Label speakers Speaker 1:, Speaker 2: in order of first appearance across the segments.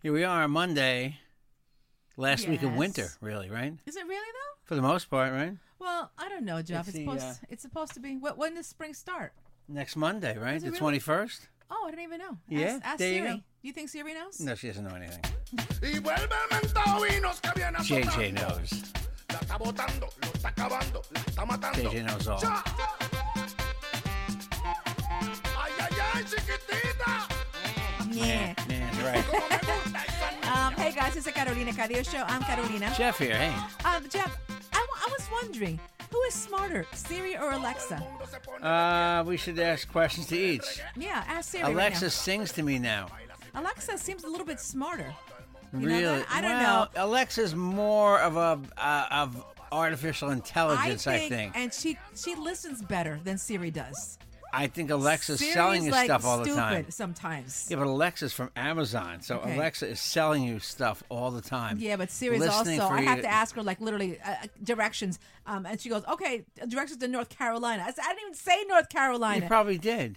Speaker 1: Here we are, Monday, last week of
Speaker 2: Yes.
Speaker 1: winter, really, right?
Speaker 2: Is it really though?
Speaker 1: For the most part, right?
Speaker 2: Well, I don't know, Jeff.
Speaker 1: It's
Speaker 2: It's,
Speaker 1: the,
Speaker 2: supposed
Speaker 1: uh,
Speaker 2: it's supposed to be. What when does spring start?
Speaker 1: Next Monday, right?
Speaker 2: Is it
Speaker 1: The
Speaker 2: really?
Speaker 1: twenty first.
Speaker 2: Oh, I didn't even know.
Speaker 1: Yeah,
Speaker 2: ask, ask
Speaker 1: there you
Speaker 2: Siri.
Speaker 1: go.
Speaker 2: Do you think Siri knows?
Speaker 1: No, she doesn't know anything.
Speaker 3: Y vuelve el mentavinos que viene
Speaker 1: JJ
Speaker 3: azotando.
Speaker 1: knows.
Speaker 3: La está botando, lo está acabando, la está matando.
Speaker 1: JJ knows all.
Speaker 3: ¡Cha! ¡Ay, ay, ay, chiquitita!
Speaker 2: Yeah.
Speaker 1: Yeah, that's right.
Speaker 3: Como me gusta esa
Speaker 2: Um, hey guys, it's a Carolina Cadillo show. I'm Carolina.
Speaker 1: Jeff here. Hey,
Speaker 2: Um, Jeff, I, wa- I was wondering who is smarter, Siri or Alexa?
Speaker 1: uh, we should ask questions to each.
Speaker 2: Yeah, ask Siri. right now.
Speaker 1: Alexa sings to me now.
Speaker 2: Alexa seems a little bit smarter. You know
Speaker 1: Really?
Speaker 2: that? I don't
Speaker 1: Well,
Speaker 2: know.
Speaker 1: Alexa's more of a uh, of artificial intelligence, I think. I think,
Speaker 2: and she she listens better than Siri does.
Speaker 1: Alexa's
Speaker 2: Siri's
Speaker 1: selling you
Speaker 2: like
Speaker 1: stuff all
Speaker 2: stupid
Speaker 1: the time.
Speaker 2: Sometimes.
Speaker 1: Yeah, but Alexa's from Amazon, so
Speaker 2: Okay.
Speaker 1: Alexa is selling you stuff all the time.
Speaker 2: Yeah, but Siri's
Speaker 1: Listening
Speaker 2: also.
Speaker 1: for
Speaker 2: I have
Speaker 1: you-
Speaker 2: to ask her like literally uh, uh, directions, um, and she goes, "Okay, directions to North Carolina." I, said, I didn't even say North
Speaker 1: You
Speaker 2: Carolina.
Speaker 1: probably did.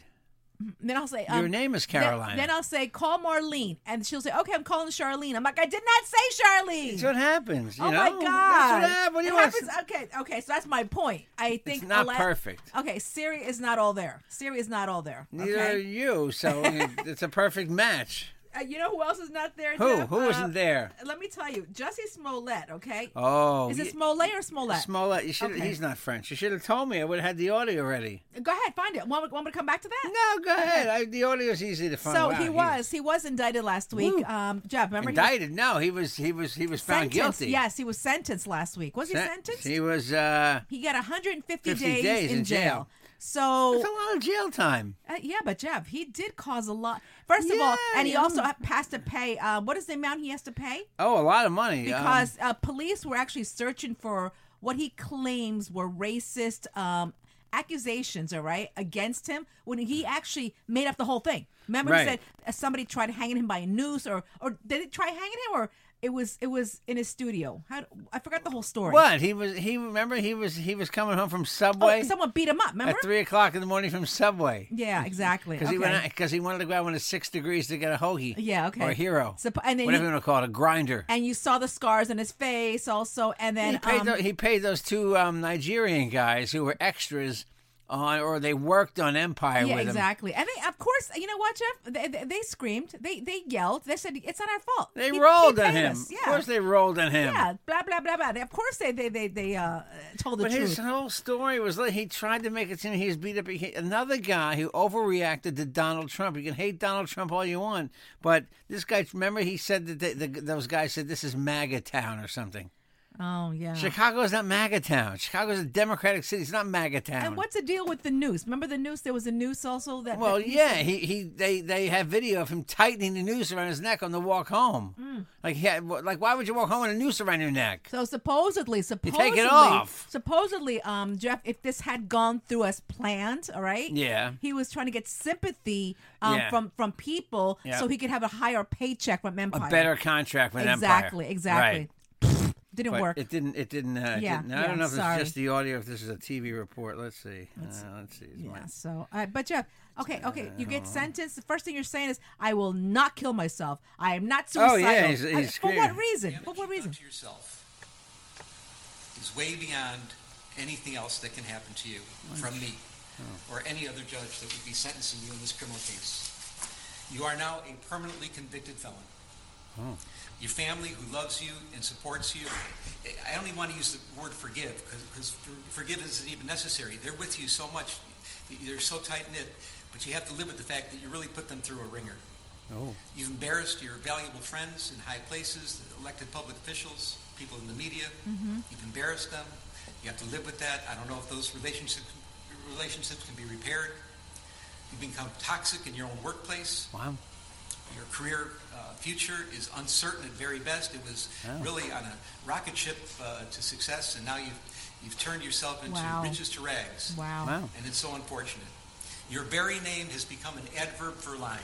Speaker 2: then I'll say,
Speaker 1: Your
Speaker 2: um,
Speaker 1: name is
Speaker 2: then-
Speaker 1: Carolina.
Speaker 2: Then, I'll say, "Call Marlene," and she'll say, "Okay, I'm calling Charlene." I'm like, "I did not say Charlene."
Speaker 1: That's what happens. You
Speaker 2: oh
Speaker 1: know?
Speaker 2: my god!
Speaker 1: That's what hap- What do you
Speaker 2: It
Speaker 1: want?
Speaker 2: happens- Okay, okay. So that's my point. I think
Speaker 1: not
Speaker 2: Ale-
Speaker 1: perfect.
Speaker 2: Okay, Siri is not all there. Siri is not all there.
Speaker 1: Neither are
Speaker 2: Okay.
Speaker 1: you. So it- it's a perfect match.
Speaker 2: Uh, you know who else is not there?
Speaker 1: Who?
Speaker 2: Jeff?
Speaker 1: Who
Speaker 2: Uh,
Speaker 1: isn't there?
Speaker 2: Let me tell you, Jussie Smollett. Okay.
Speaker 1: Oh,
Speaker 2: Is it
Speaker 1: ye-
Speaker 2: Smollett or Smollett?
Speaker 1: Smollett. You should.
Speaker 2: Okay.
Speaker 1: He's not French. You should have told me. I would have had the audio ready.
Speaker 2: Go ahead, find it. Want, want me to come back to that?
Speaker 1: No, go ahead. I, the audio's easy to find.
Speaker 2: So
Speaker 1: Wow,
Speaker 2: he was he was indicted last week.
Speaker 1: Woo.
Speaker 2: Um, Jeff, remember
Speaker 1: indicted. No, he was. He was. He was
Speaker 2: he was
Speaker 1: found
Speaker 2: sentenced.
Speaker 1: guilty.
Speaker 2: Yes, he was sentenced last week. Was he
Speaker 1: Sen-
Speaker 2: sentenced?
Speaker 1: He was. uh
Speaker 2: he got 150
Speaker 1: 50
Speaker 2: days,
Speaker 1: days
Speaker 2: in,
Speaker 1: in
Speaker 2: jail.
Speaker 1: jail. That's a
Speaker 2: So
Speaker 1: lot of jail time.
Speaker 2: uh, yeah, but Jeff, he did cause a lot. First of all,
Speaker 1: Yeah,
Speaker 2: and he
Speaker 1: yeah.
Speaker 2: also ha- has to pay. Uh, what is the amount he has to pay?
Speaker 1: Oh, a lot of money. um,
Speaker 2: Because uh, police were actually searching for what he claims were racist um, accusations. All right, against him when he actually made up the whole thing. Remember,
Speaker 1: Right.
Speaker 2: he said uh, somebody tried hanging him by a noose, or or did it try hanging him, or it was it was in his studio. How, I forgot the whole story.
Speaker 1: what he was. He remember he was. He was coming home from Subway
Speaker 2: Oh, someone beat him up. Remember?
Speaker 1: at three o'clock in the morning from Subway.
Speaker 2: Yeah, exactly.
Speaker 1: Because he
Speaker 2: Okay.
Speaker 1: went because he wanted to go out when it's six degrees to get a hoagie.
Speaker 2: Yeah, okay.
Speaker 1: Or a hero.
Speaker 2: So- and then
Speaker 1: Whatever
Speaker 2: he-
Speaker 1: you want to call it, a grinder.
Speaker 2: and you saw the scars on his face, also, and then
Speaker 1: he, paid
Speaker 2: um,
Speaker 1: tho- he paid those two um, Nigerian guys who were extras on, or they worked on Empire
Speaker 2: yeah,
Speaker 1: with
Speaker 2: exactly. And they, of course, you know what, Jeff? They, they, they screamed. They they yelled. They said, "It's not our fault."
Speaker 1: him. They
Speaker 2: He- he
Speaker 1: rolled on
Speaker 2: paid
Speaker 1: him.
Speaker 2: us." Yeah.
Speaker 1: Of course, they rolled on him.
Speaker 2: Yeah, blah blah blah blah. They, of course, they they they, they uh, told the
Speaker 1: But
Speaker 2: truth.
Speaker 1: his whole story was like he tried to make it seem he was beat up. He, another guy who overreacted to Donald Trump. You can hate Donald Trump all you want, but this guy. Remember, he said that they, the, those guys said this is MAGA town or something.
Speaker 2: oh yeah.
Speaker 1: Chicago is not MAGA town. Chicago's a democratic city. It's not MAGA town.
Speaker 2: and what's the deal with the noose? Remember the noose? There was a noose also that.
Speaker 1: Well,
Speaker 2: that he
Speaker 1: yeah, he, he they they have video of him tightening the noose around his neck on the walk home. Like he had, like why would you walk home with a noose around your neck?
Speaker 2: Hmm. So supposedly,
Speaker 1: it
Speaker 2: supposedly,
Speaker 1: off.
Speaker 2: supposedly, um, Jeff, if this had gone through as planned, all right,
Speaker 1: Yeah.
Speaker 2: he was trying to get sympathy um,
Speaker 1: Yeah.
Speaker 2: from from people
Speaker 1: Yeah.
Speaker 2: so he could have a higher paycheck from
Speaker 1: A
Speaker 2: Empire.
Speaker 1: better contract with
Speaker 2: exactly,
Speaker 1: Empire.
Speaker 2: exactly.
Speaker 1: Right.
Speaker 2: Didn't
Speaker 1: But
Speaker 2: work.
Speaker 1: It didn't. It didn't. Uh, it
Speaker 2: Yeah,
Speaker 1: didn't- I
Speaker 2: yeah,
Speaker 1: don't know if
Speaker 2: sorry.
Speaker 1: it's just the audio. If this is a TV report, let's see. Let's, uh, let's see. It's
Speaker 2: yeah.
Speaker 1: mine.
Speaker 2: So, uh, but Jeff, okay, okay, you get sentenced. The first thing you're saying is, "I will not kill myself. I am not
Speaker 1: Oh,
Speaker 2: suicidal."
Speaker 1: yeah, he's-
Speaker 2: I-
Speaker 1: he's
Speaker 2: for what
Speaker 1: screaming.
Speaker 2: reason?
Speaker 4: damage
Speaker 2: For what
Speaker 4: you've done
Speaker 2: reason?
Speaker 4: to yourself is way beyond anything else that can happen to you from me or any other judge that would be sentencing you in this criminal case. You are now a permanently convicted felon. Your family, who loves you and supports you, I don't even want to use the word forgive because forgive isn't even necessary. They're with you so much, they're so tight knit, but you have to live with the fact that you really put them through a ringer.
Speaker 1: Oh.
Speaker 4: You've embarrassed your valuable friends in high places, elected public officials, people in the media.
Speaker 2: Mm-hmm.
Speaker 4: You've embarrassed them. You have to live with that. I don't know if those relationships relationships can be repaired. You've become toxic in your own workplace.
Speaker 1: Wow.
Speaker 4: Your career uh, future is uncertain at very best. It was really on a rocket ship uh, to success, and now you've you've turned yourself into
Speaker 2: Wow.
Speaker 4: riches to rags.
Speaker 2: Wow.
Speaker 1: Wow.
Speaker 4: And it's so unfortunate. Your very name has become an adverb for lying.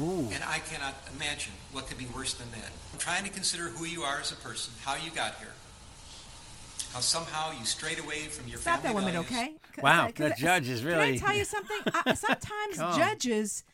Speaker 1: Ooh.
Speaker 4: And I cannot imagine what could be worse than that. I'm trying to consider who you are as a person, how you got here, how somehow you strayed away from your
Speaker 2: Stop that
Speaker 4: family
Speaker 2: woman,
Speaker 4: values.
Speaker 2: okay? C-
Speaker 1: Wow,
Speaker 2: c- can
Speaker 1: the
Speaker 2: I-
Speaker 1: judge is really-
Speaker 2: Can I tell you something? I, sometimes
Speaker 1: Come on.
Speaker 2: judges,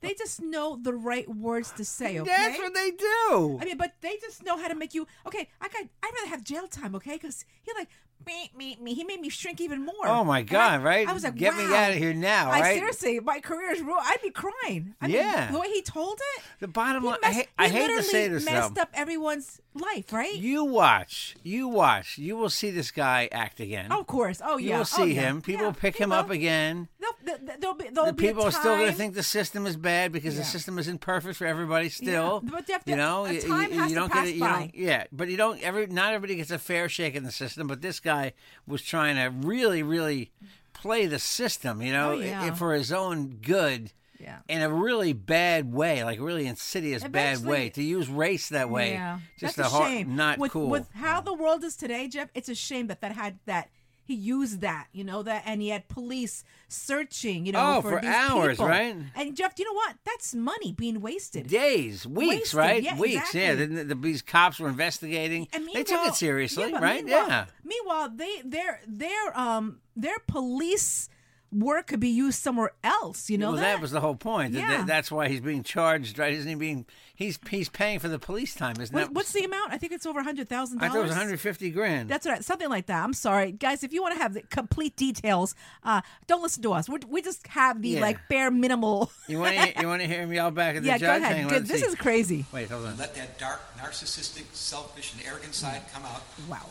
Speaker 2: they just know the right words to say. Okay.
Speaker 1: That's what they do.
Speaker 2: I mean, but they just know how to make you okay. I got. I'd rather have jail time, okay? Because he like me, me, me. He made me shrink even more.
Speaker 1: Oh, my
Speaker 2: And
Speaker 1: God,
Speaker 2: I,
Speaker 1: right?
Speaker 2: I was like,
Speaker 1: Get me
Speaker 2: wow.
Speaker 1: outta here now,
Speaker 2: I
Speaker 1: right?
Speaker 2: seriously, my career is ruined. I'd be crying. I
Speaker 1: Yeah.
Speaker 2: mean, the way he told it.
Speaker 1: The bottom
Speaker 2: he
Speaker 1: line- I
Speaker 2: messed-
Speaker 1: hate- I
Speaker 2: he
Speaker 1: hate to say
Speaker 2: literally
Speaker 1: this,
Speaker 2: messed
Speaker 1: though.
Speaker 2: up everyone's life, right?
Speaker 1: You watch. You watch. You will see this guy act again.
Speaker 2: oh, of course. Oh
Speaker 1: You
Speaker 2: yeah.
Speaker 1: will see
Speaker 2: oh, yeah.
Speaker 1: him. People
Speaker 2: Yeah,
Speaker 1: pick
Speaker 2: he
Speaker 1: him up
Speaker 2: will.
Speaker 1: again.
Speaker 2: There'll, there- there'll be, there'll
Speaker 1: the
Speaker 2: be a
Speaker 1: people are still going to
Speaker 2: time-
Speaker 1: think the system is bad because the
Speaker 2: Yeah.
Speaker 1: system is imperfect for everybody. Still,
Speaker 2: but you have to-
Speaker 1: know,
Speaker 2: a
Speaker 1: y- y-
Speaker 2: time
Speaker 1: you,
Speaker 2: has to
Speaker 1: don't
Speaker 2: pass
Speaker 1: get it. You
Speaker 2: by.
Speaker 1: don't, yeah, but you don't. Every not everybody gets a fair shake in the system. But this guy was trying to really, really play the system. You know,
Speaker 2: Oh, yeah.
Speaker 1: i- for his own good.
Speaker 2: Yeah.
Speaker 1: In a really bad way, like really insidious bad way,
Speaker 2: Eventually-
Speaker 1: to use race that way,
Speaker 2: Yeah,
Speaker 1: just
Speaker 2: that's a
Speaker 1: hor-
Speaker 2: shame.
Speaker 1: not
Speaker 2: with,
Speaker 1: cool. Oh.
Speaker 2: With how the world is today, Jeff, it's a shame that that had that he used that, you know that, and he had police searching, you know,
Speaker 1: Oh,
Speaker 2: for,
Speaker 1: for
Speaker 2: these
Speaker 1: hours,
Speaker 2: people.
Speaker 1: right?
Speaker 2: And Jeff, do you know what? That's money being wasted.
Speaker 1: Days, weeks,
Speaker 2: Wasted,
Speaker 1: right?
Speaker 2: yeah,
Speaker 1: weeks, yeah.
Speaker 2: exactly.
Speaker 1: Then the, these cops were investigating.
Speaker 2: And
Speaker 1: they took
Speaker 2: meanwhile-
Speaker 1: it seriously,
Speaker 2: yeah, but
Speaker 1: right?
Speaker 2: Meanwhile,
Speaker 1: Yeah.
Speaker 2: Meanwhile, they their their um their police work could be used somewhere else. You know
Speaker 1: well, that? was the whole point. that- that-
Speaker 2: Yeah.
Speaker 1: that's why he's being charged, right? Isn't he being? He's he's paying for the police time, isn't
Speaker 2: What-
Speaker 1: that?
Speaker 2: what's the amount? I think it's over a hundred thousand
Speaker 1: I
Speaker 2: dollars.
Speaker 1: thought it was 150 grand.
Speaker 2: That's right, something like that. I'm sorry, guys. If you want to have the complete details, uh, don't listen to us. We're, we just have the
Speaker 1: Yeah.
Speaker 2: like bare minimal.
Speaker 1: you want to you want to hear him yell back at the
Speaker 2: yeah, go
Speaker 1: judge? Hang
Speaker 2: ahead.
Speaker 1: on,
Speaker 2: Good.
Speaker 1: let's
Speaker 2: This
Speaker 1: see.
Speaker 2: is crazy.
Speaker 1: Wait, hold on.
Speaker 4: Let that dark, narcissistic, selfish, and arrogant side come out,
Speaker 2: Wow.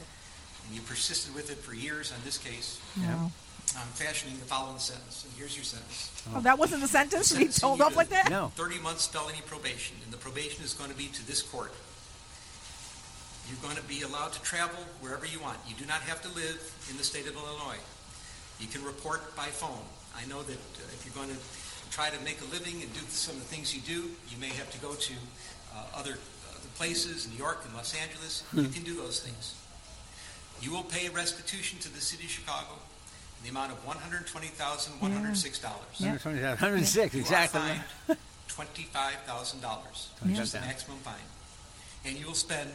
Speaker 4: and you persisted with it for years on this case.
Speaker 2: Wow.
Speaker 4: I'm fashioning the following sentence, and here's your sentence.
Speaker 2: Oh, that wasn't the sentence we
Speaker 4: Sentence
Speaker 2: told
Speaker 4: you
Speaker 2: off like
Speaker 4: did.
Speaker 2: that.
Speaker 1: No.
Speaker 4: 30 months felony probation, and the probation is going to be to this court. You're going to be allowed to travel wherever you want. You do not have to live in the state of Illinois. You can report by phone. I know that uh, if you're going to try to make a living and do some of the things you do, you may have to go to uh, other uh, other places, New York and Los Angeles. You can do those things. You will pay restitution to the city of Chicago in the amount of $120,106.
Speaker 2: Yeah.
Speaker 1: 120,000 106,
Speaker 4: You are
Speaker 1: exactly.
Speaker 4: fined Twenty-five thousand dollars, which is the maximum fine, and you will spend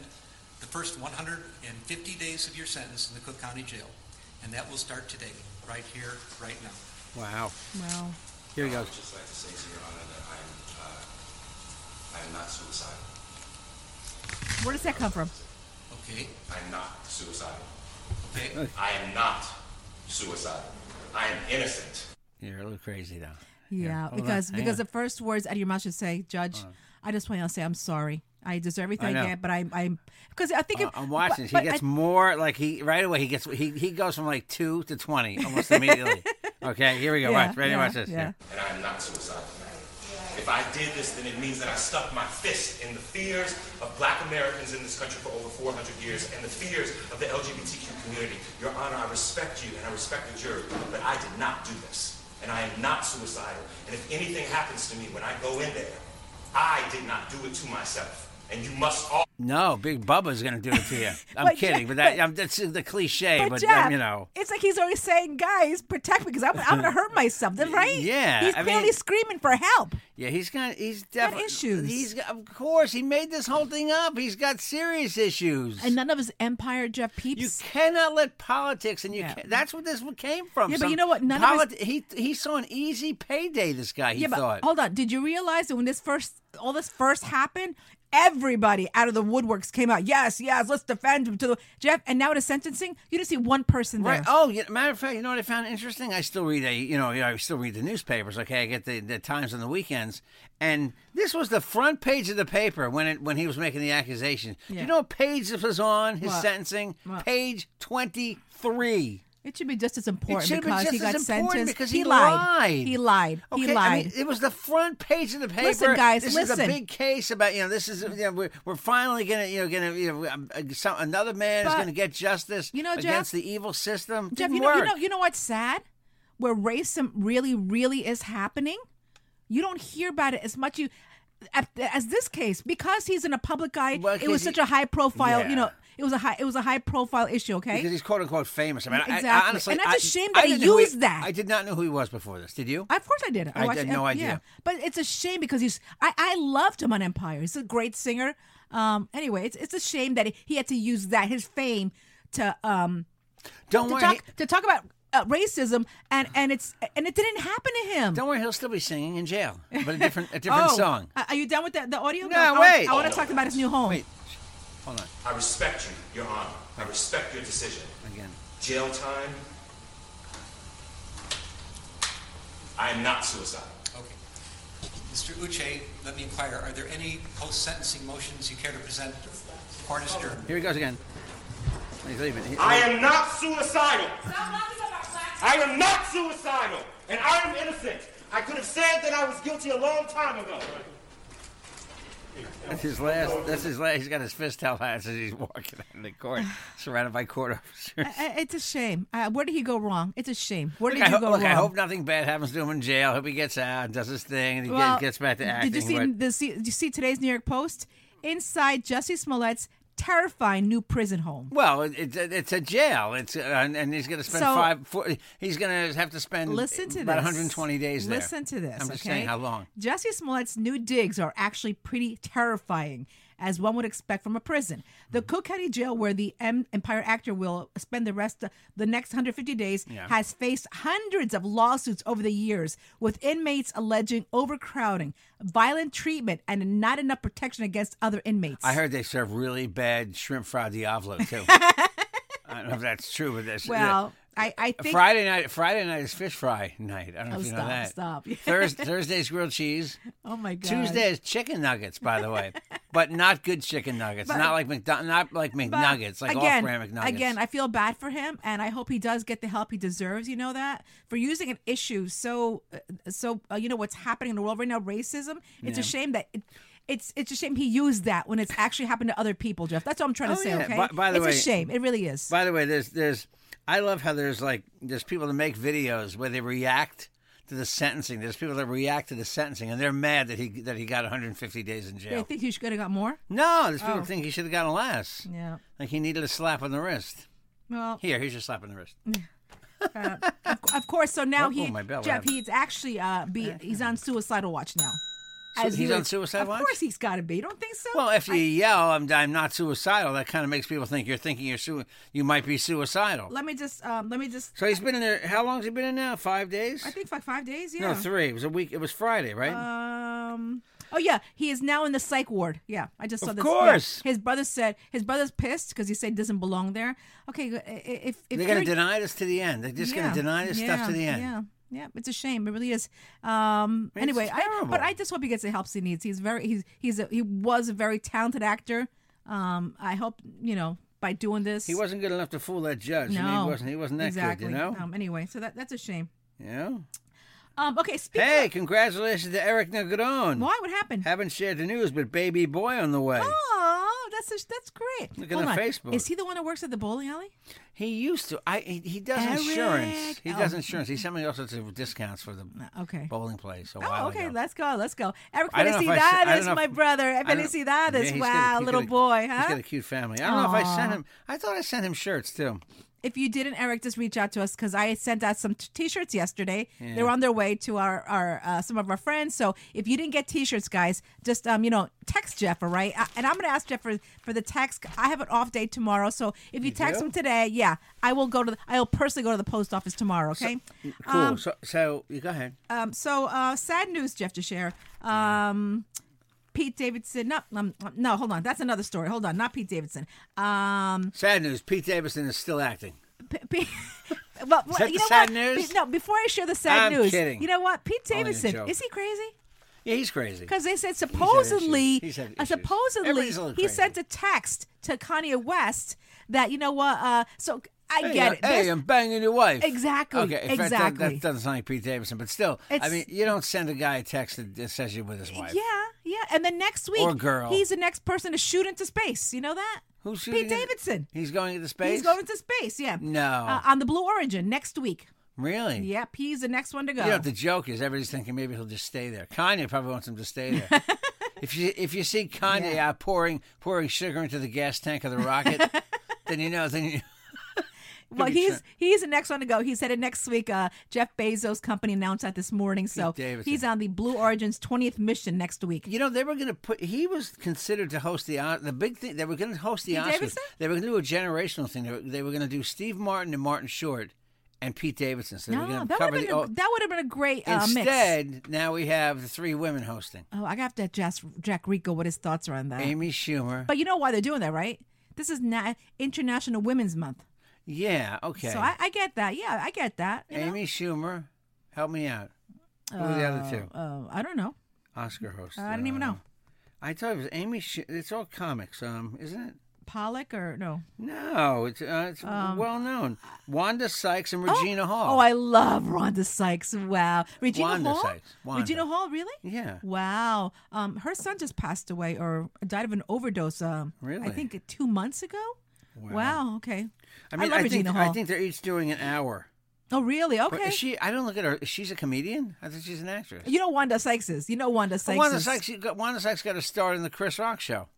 Speaker 4: the first one hundred and fifty days of your sentence in the Cook County Jail, and that will start today, right here, right now.
Speaker 1: Wow.
Speaker 2: Wow.
Speaker 1: Here he goes.
Speaker 5: would just like to say to Your Honor that I am, uh, I am not suicidal.
Speaker 2: Where does that come from?
Speaker 4: Okay,
Speaker 5: I am not suicidal.
Speaker 4: okay.
Speaker 5: I am not suicidal. I am innocent.
Speaker 1: You're a little crazy though.
Speaker 2: Yeah,
Speaker 1: Hold on.
Speaker 2: because
Speaker 1: Hang
Speaker 2: because
Speaker 1: on.
Speaker 2: the first words out of your mouth should say, "Judge, I just want you to say I'm sorry. I deserve everything
Speaker 1: I
Speaker 2: I,
Speaker 1: know.
Speaker 2: get, but I, I'm because I think
Speaker 1: Uh,
Speaker 2: if,
Speaker 1: I'm watching. this.
Speaker 2: but-
Speaker 1: he
Speaker 2: but
Speaker 1: gets
Speaker 2: I-
Speaker 1: more like he right away. He gets he he goes from like two to twenty almost immediately. okay, here we go.
Speaker 2: yeah,
Speaker 1: watch, ready?
Speaker 2: yeah,
Speaker 1: watch this.
Speaker 2: Yeah.
Speaker 5: And I am not suicidal. If I did this, then it means that I stuck my fist in the fears of black Americans in this country for over 400 years and the fears of the LGBTQ community. Your Honor, I respect you and I respect the jury, but I did not do this. And I am not suicidal. And if anything happens to me when I go in there, I did not do it to myself. And you must all.
Speaker 1: No, Big Bubba's gonna do it to you. I'm
Speaker 2: But
Speaker 1: kidding,
Speaker 2: Jeff-
Speaker 1: but that
Speaker 2: but-
Speaker 1: I'm, that's the cliche. But,
Speaker 2: But,
Speaker 1: um,
Speaker 2: Jeff,
Speaker 1: you know,
Speaker 2: it's like he's always saying, "Guys, protect me because I'm, I'm gonna hurt myself." Then, right?
Speaker 1: Yeah,
Speaker 2: he's
Speaker 1: I mean-
Speaker 2: clearly screaming for help.
Speaker 1: Yeah, he's got he's definitely
Speaker 2: issues.
Speaker 1: He's got, of course he made this whole thing up. He's got serious issues.
Speaker 2: And none of his empire, Jeff
Speaker 1: you
Speaker 2: Peeps.
Speaker 1: cannot let politics and you
Speaker 2: Yeah.
Speaker 1: can, that's what this came from.
Speaker 2: Yeah, but
Speaker 1: Some
Speaker 2: you know what? None of
Speaker 1: he he saw an easy payday. This guy he
Speaker 2: yeah, but
Speaker 1: thought.
Speaker 2: hold on. Did you realize that when this first all this first happened, Everybody out of the woodworks came out. Yes, yes, let's defend him to the Jeff. And now to sentencing, you didn't see one person there.
Speaker 1: Right. Oh, yeah, matter of fact, you know what I found interesting? I still read a, you know, you know, I still read the newspapers. Okay, I get the, the Times on the weekends, and this was the front page of the paper when it when he was making the accusation. Do
Speaker 2: Yeah.
Speaker 1: you know what page this was on his
Speaker 2: What?
Speaker 1: sentencing?
Speaker 2: What?
Speaker 1: Page twenty three.
Speaker 2: It should be just as
Speaker 1: It
Speaker 2: important
Speaker 1: should have been
Speaker 2: because
Speaker 1: just
Speaker 2: he got
Speaker 1: as important
Speaker 2: sentenced
Speaker 1: because he,
Speaker 2: he, lied.
Speaker 1: lied.
Speaker 2: He lied.
Speaker 1: Okay,
Speaker 2: he
Speaker 1: I
Speaker 2: lied.
Speaker 1: mean, it was the front page of the paper.
Speaker 2: Listen, guys,
Speaker 1: this is a
Speaker 2: listen.
Speaker 1: big case about you know this is you know, we're, we're finally gonna you know gonna you know um, uh, some, another man is
Speaker 2: But-
Speaker 1: gonna get justice
Speaker 2: You know, Jeff-
Speaker 1: against the evil system.
Speaker 2: Jeff,
Speaker 1: Didn't
Speaker 2: you know, you
Speaker 1: work.
Speaker 2: know, you know what's sad? Where racism really, really is happening, you don't hear about it as much. You at- as this case because he's in a public eye.
Speaker 1: Well,
Speaker 2: it was
Speaker 1: 'cause
Speaker 2: such
Speaker 1: he-
Speaker 2: a high profile.
Speaker 1: Yeah.
Speaker 2: You know, it was a high. It was a high profile issue. Okay.
Speaker 1: Because he's quote unquote famous. I mean, I- I,
Speaker 2: Exactly.
Speaker 1: honestly,
Speaker 2: And that's
Speaker 1: I-
Speaker 2: a shame
Speaker 1: I
Speaker 2: that he
Speaker 1: didn't know who
Speaker 2: used that.
Speaker 1: I did not know who he was before this. Did you?
Speaker 2: Of course I did.
Speaker 1: I
Speaker 2: watched
Speaker 1: had
Speaker 2: it.
Speaker 1: no
Speaker 2: Yeah.
Speaker 1: idea.
Speaker 2: But it's a shame because he's. I, I loved him on Empire. He's a great singer. Um. Anyway, it's it's a shame that he, he had to use that his fame to um
Speaker 1: don't
Speaker 2: to
Speaker 1: worry.
Speaker 2: talk
Speaker 1: he-
Speaker 2: to talk about uh, racism and and it's and it didn't happen to him.
Speaker 1: don't worry. He'll still be singing in jail, but a different a different song.
Speaker 2: uh, Are you done with the, the audio?
Speaker 1: No,
Speaker 2: I- I,
Speaker 1: wait.
Speaker 2: I, want to talk about his new home.
Speaker 1: Wait, hold on
Speaker 5: I respect you, Your Honor. I respect your decision.
Speaker 1: again.
Speaker 5: Jail time. I am not suicidal.
Speaker 4: Okay. Mr. Uche, let me inquire, are there any post-sentencing motions you care to present? Court is adjourned.
Speaker 1: Here he goes again. He's leaving. He-
Speaker 5: I am not suicidal. I am not suicidal, and I am innocent. I could have said that I was guilty a long time ago.
Speaker 1: That's his last. That's his last. He's got his fist held high as he's walking out of the court, surrounded by court officers.
Speaker 2: I- I- it's a shame. Uh, where did he go wrong? It's a shame. Where did
Speaker 1: I,
Speaker 2: you
Speaker 1: ho-
Speaker 2: go
Speaker 1: look,
Speaker 2: wrong?
Speaker 1: I hope nothing bad happens to him in jail. Hope he gets out and does his thing and he
Speaker 2: Well,
Speaker 1: gets back to acting.
Speaker 2: Did you see,
Speaker 1: but-
Speaker 2: the, see? Did you see today's New York Post? Inside Jesse Smollett's terrifying new prison home.
Speaker 1: Well, it, it's a- it's a jail. It's uh, and, and he's going to spend
Speaker 2: So-
Speaker 1: five. Four, he's going to have to spend
Speaker 2: Listen to
Speaker 1: about
Speaker 2: this.
Speaker 1: 120 days there.
Speaker 2: Listen to this.
Speaker 1: I'm just
Speaker 2: okay?
Speaker 1: saying how long.
Speaker 2: Jesse Smollett's new digs are actually pretty terrifying, as one would expect from a prison.
Speaker 1: Hmm.
Speaker 2: The Cook County Jail, where the M- Empire actor will spend the rest of the next 150 days, has faced hundreds of lawsuits over the years with inmates alleging overcrowding, violent treatment, and not enough protection against other inmates.
Speaker 1: I heard they serve really bad shrimp fried diavolo too. I don't know if that's true, but that's
Speaker 2: Well, I, I think
Speaker 1: Friday night, Friday night is fish fry night. I don't know
Speaker 2: Oh,
Speaker 1: if you know
Speaker 2: stop,
Speaker 1: that.
Speaker 2: stop.
Speaker 1: Thurs- Thursday's grilled cheese.
Speaker 2: Oh my god.
Speaker 1: Tuesday is chicken nuggets, by the way, but not good chicken nuggets. not like McDon- not like
Speaker 2: But
Speaker 1: McNuggets, like
Speaker 2: again,
Speaker 1: off-brand McNuggets.
Speaker 2: Again, I feel bad for him, and I hope he does get the help he deserves. You know that for using an issue so, uh, so uh, you know what's happening in the world right now, racism. It's a shame that. It, it's, it's a shame he used that when it's actually happened to other people, Jeff. That's what I'm trying to
Speaker 1: Oh,
Speaker 2: say.
Speaker 1: yeah.
Speaker 2: Okay,
Speaker 1: By- by the
Speaker 2: it's
Speaker 1: way-
Speaker 2: a shame. It really is.
Speaker 1: By the way, there's there's I love how there's like there's people that make videos where they react to the sentencing. There's people that react to the sentencing and they're mad that he that he got 150 days in
Speaker 2: I
Speaker 1: jail.
Speaker 2: think he should have got more.
Speaker 1: No, there's people think he should have gotten less.
Speaker 2: Yeah.
Speaker 1: Like he needed a slap on the wrist.
Speaker 2: Well, uh,
Speaker 1: Here, here's your slap on the wrist.
Speaker 2: Mm. of course. So now
Speaker 1: Oh,
Speaker 2: he,
Speaker 1: oh, my bell, what
Speaker 2: Jeff,
Speaker 1: happened?
Speaker 2: he's actually uh, be he's on suicidal watch now.
Speaker 1: So he's
Speaker 2: he
Speaker 1: on
Speaker 2: was-
Speaker 1: suicide
Speaker 2: of
Speaker 1: watch?
Speaker 2: Of course, he's got to be. You don't think so?
Speaker 1: Well, if you yell, I'm, I'm not suicidal, that kind of makes people think you're thinking you're sui- you might be suicidal.
Speaker 2: Let me just um, let me just.
Speaker 1: So he's been in there. How long's he been in now? Five days?
Speaker 2: I think like five days. Yeah.
Speaker 1: no, three. It was a week. It was Friday, right?
Speaker 2: Um. Oh yeah, he is now in the psych ward. Yeah, I just saw
Speaker 1: Of
Speaker 2: this.
Speaker 1: course.
Speaker 2: Yeah. His brother said his brother's pissed because he said he doesn't belong there. Okay, i- i- if if
Speaker 1: they're going to
Speaker 2: you're-
Speaker 1: deny this to the end. They're just going
Speaker 2: yeah,
Speaker 1: to deny this stuff to
Speaker 2: yeah,
Speaker 1: the end.
Speaker 2: Yeah. Yeah, it's a shame. It really is. Um,
Speaker 1: It's
Speaker 2: anyway, I,
Speaker 1: terrible.
Speaker 2: but I just hope he gets the help he needs. He's very he's he's a, he was a very talented actor. Um, I hope you know by doing this
Speaker 1: He wasn't good enough to fool that judge. I mean,
Speaker 2: No,
Speaker 1: he wasn't. He wasn't that
Speaker 2: exactly.
Speaker 1: good, you know.
Speaker 2: Um, anyway, so that that's a shame.
Speaker 1: yeah.
Speaker 2: Um, okay, speaking.
Speaker 1: Hey, congratulations to Eric Negron.
Speaker 2: of, why? What happened?
Speaker 1: Haven't shared the news, but baby boy on the way.
Speaker 2: Oh, that's a, that's great. Oh
Speaker 1: Look at the Facebook.
Speaker 2: Is he the one who works at the bowling alley?
Speaker 1: He used to. I. He, he does
Speaker 2: Eric.
Speaker 1: insurance. He does
Speaker 2: Oh.
Speaker 1: insurance. He sent me all sorts of discounts for the
Speaker 2: Uh, Okay.
Speaker 1: bowling place. A while
Speaker 2: Oh, okay.
Speaker 1: ago.
Speaker 2: Let's go. Let's go. Eric
Speaker 1: I don't know if I s- I don't
Speaker 2: Felicidades,
Speaker 1: know if-
Speaker 2: my brother.
Speaker 1: I don't- Yeah, he's
Speaker 2: Felicidades.
Speaker 1: got a-
Speaker 2: wow,
Speaker 1: he's
Speaker 2: little
Speaker 1: got a-
Speaker 2: boy,
Speaker 1: He's
Speaker 2: huh?
Speaker 1: got a cute family. I don't know if I sent him. I thought I sent him shirts too.
Speaker 2: If you didn't, Eric, just reach out to us because I sent out some t- t-shirts yesterday. They're on their way to our our uh, some of our friends. So if you didn't get t-shirts, guys, just um you know text Jeff, all right? I, and I'm gonna ask Jeff for for the text. I have an off day tomorrow, so if you, text
Speaker 1: do?
Speaker 2: him today, yeah, I will go to the, I'll personally go to the post office tomorrow. Okay.
Speaker 1: Cool. so, so you go ahead. Mm-hmm.
Speaker 2: Um, so uh, sad news, Jeff, to share. Um, Pete Davidson. No, um, no, hold on. That's another story. Hold on. Not Pete Davidson. Um,
Speaker 1: Sad news: Pete Davidson is still acting.
Speaker 2: P- P- well, well,
Speaker 1: that
Speaker 2: you
Speaker 1: the
Speaker 2: know
Speaker 1: sad
Speaker 2: what?
Speaker 1: news?
Speaker 2: Be- No, before I share the sad
Speaker 1: I'm
Speaker 2: news,
Speaker 1: kidding.
Speaker 2: you know what? Pete
Speaker 1: Only a
Speaker 2: Davidson
Speaker 1: joke.
Speaker 2: is he crazy?
Speaker 1: Yeah, he's crazy.
Speaker 2: Because they said supposedly,
Speaker 1: issues. He's had
Speaker 2: uh,
Speaker 1: issues.
Speaker 2: supposedly
Speaker 1: Everybody's a little
Speaker 2: he
Speaker 1: crazy.
Speaker 2: sent a text to Kanye West that you know what? Uh, so I
Speaker 1: Hey,
Speaker 2: get
Speaker 1: uh,
Speaker 2: it.
Speaker 1: Hey,
Speaker 2: There's-
Speaker 1: I'm banging your wife.
Speaker 2: Exactly,
Speaker 1: Okay, in fact, that,
Speaker 2: exactly.
Speaker 1: that doesn't sound like Pete Davidson, but still, I
Speaker 2: It's-
Speaker 1: mean, you don't send a guy a text that that says you're with his wife.
Speaker 2: yeah, yeah. And then next week,
Speaker 1: Or girl.
Speaker 2: he's the next person to shoot into space. You know that?
Speaker 1: Who's shooting
Speaker 2: Pete
Speaker 1: it?
Speaker 2: Davidson.
Speaker 1: He's going into space.
Speaker 2: He's going into space. Yeah.
Speaker 1: No.
Speaker 2: Uh, on the Blue Origin next week.
Speaker 1: really.
Speaker 2: Yep, he's the next one to go.
Speaker 1: You know what the joke is? Everybody's thinking maybe he'll just stay there. Kanye probably wants him to stay there. if you if you see Kanye out pouring pouring sugar into the gas tank of the rocket, then you know. Then you,
Speaker 2: well,
Speaker 1: be
Speaker 2: he's
Speaker 1: true.
Speaker 2: he's the next one to go. He's headed next week. Uh, Jeff Bezos' company announced that this morning. So
Speaker 1: Pete Davidson.
Speaker 2: he's on the Blue Origin's 20th mission next week.
Speaker 1: you know they were going to put. He was considered to host the Os- the big thing. They were going to host the
Speaker 2: Pete
Speaker 1: Oscars.
Speaker 2: Davidson?
Speaker 1: They were going to do a generational thing. They were, they were going to do Steve Martin and Martin Short and Pete Davidson. So they were
Speaker 2: No,
Speaker 1: going to
Speaker 2: that would have
Speaker 1: cover the.
Speaker 2: been, a-
Speaker 1: oh,
Speaker 2: that would have been a great uh, mix.
Speaker 1: instead, now we have the three women hosting:
Speaker 2: Oh, I have to ask Jack Rico what his thoughts are on that.
Speaker 1: Amy Schumer.
Speaker 2: Uh, But you know why they're doing that, right? This is na- International Women's Month,
Speaker 1: yeah. Okay.
Speaker 2: so I, I get that. Yeah, I get that. you know?
Speaker 1: Amy Schumer, help me out. Who are the other two?
Speaker 2: Uh, I don't know.
Speaker 1: Oscar host.
Speaker 2: I didn't even
Speaker 1: uh,
Speaker 2: know
Speaker 1: I thought it was Amy. Sh- it's all comics, um, isn't it?
Speaker 2: Pollock or no.
Speaker 1: No, it's uh, it's well known. Wanda Sykes and Regina
Speaker 2: Um, oh,
Speaker 1: Hall.
Speaker 2: Oh, I love Rhonda Sykes. Wow, Regina
Speaker 1: Wanda
Speaker 2: Hall.
Speaker 1: Sykes. Wanda.
Speaker 2: Regina Hall, really?
Speaker 1: Yeah.
Speaker 2: Wow. Um, her son just passed away or died of an overdose. Um, I
Speaker 1: Really?
Speaker 2: think two months ago. Wow. okay.
Speaker 1: I mean,
Speaker 2: love
Speaker 1: I think
Speaker 2: Regina Hall.
Speaker 1: I think they're each doing an hour.
Speaker 2: oh, really?
Speaker 1: But
Speaker 2: Okay.
Speaker 1: is she, I don't look at her. She's a comedian. I think she's an actress.
Speaker 2: You know Wanda Sykes is. You know Wanda Sykes.
Speaker 1: Oh, Wanda
Speaker 2: is.
Speaker 1: Sykes. you Got, Wanda Sykes got a star in the Chris Rock show.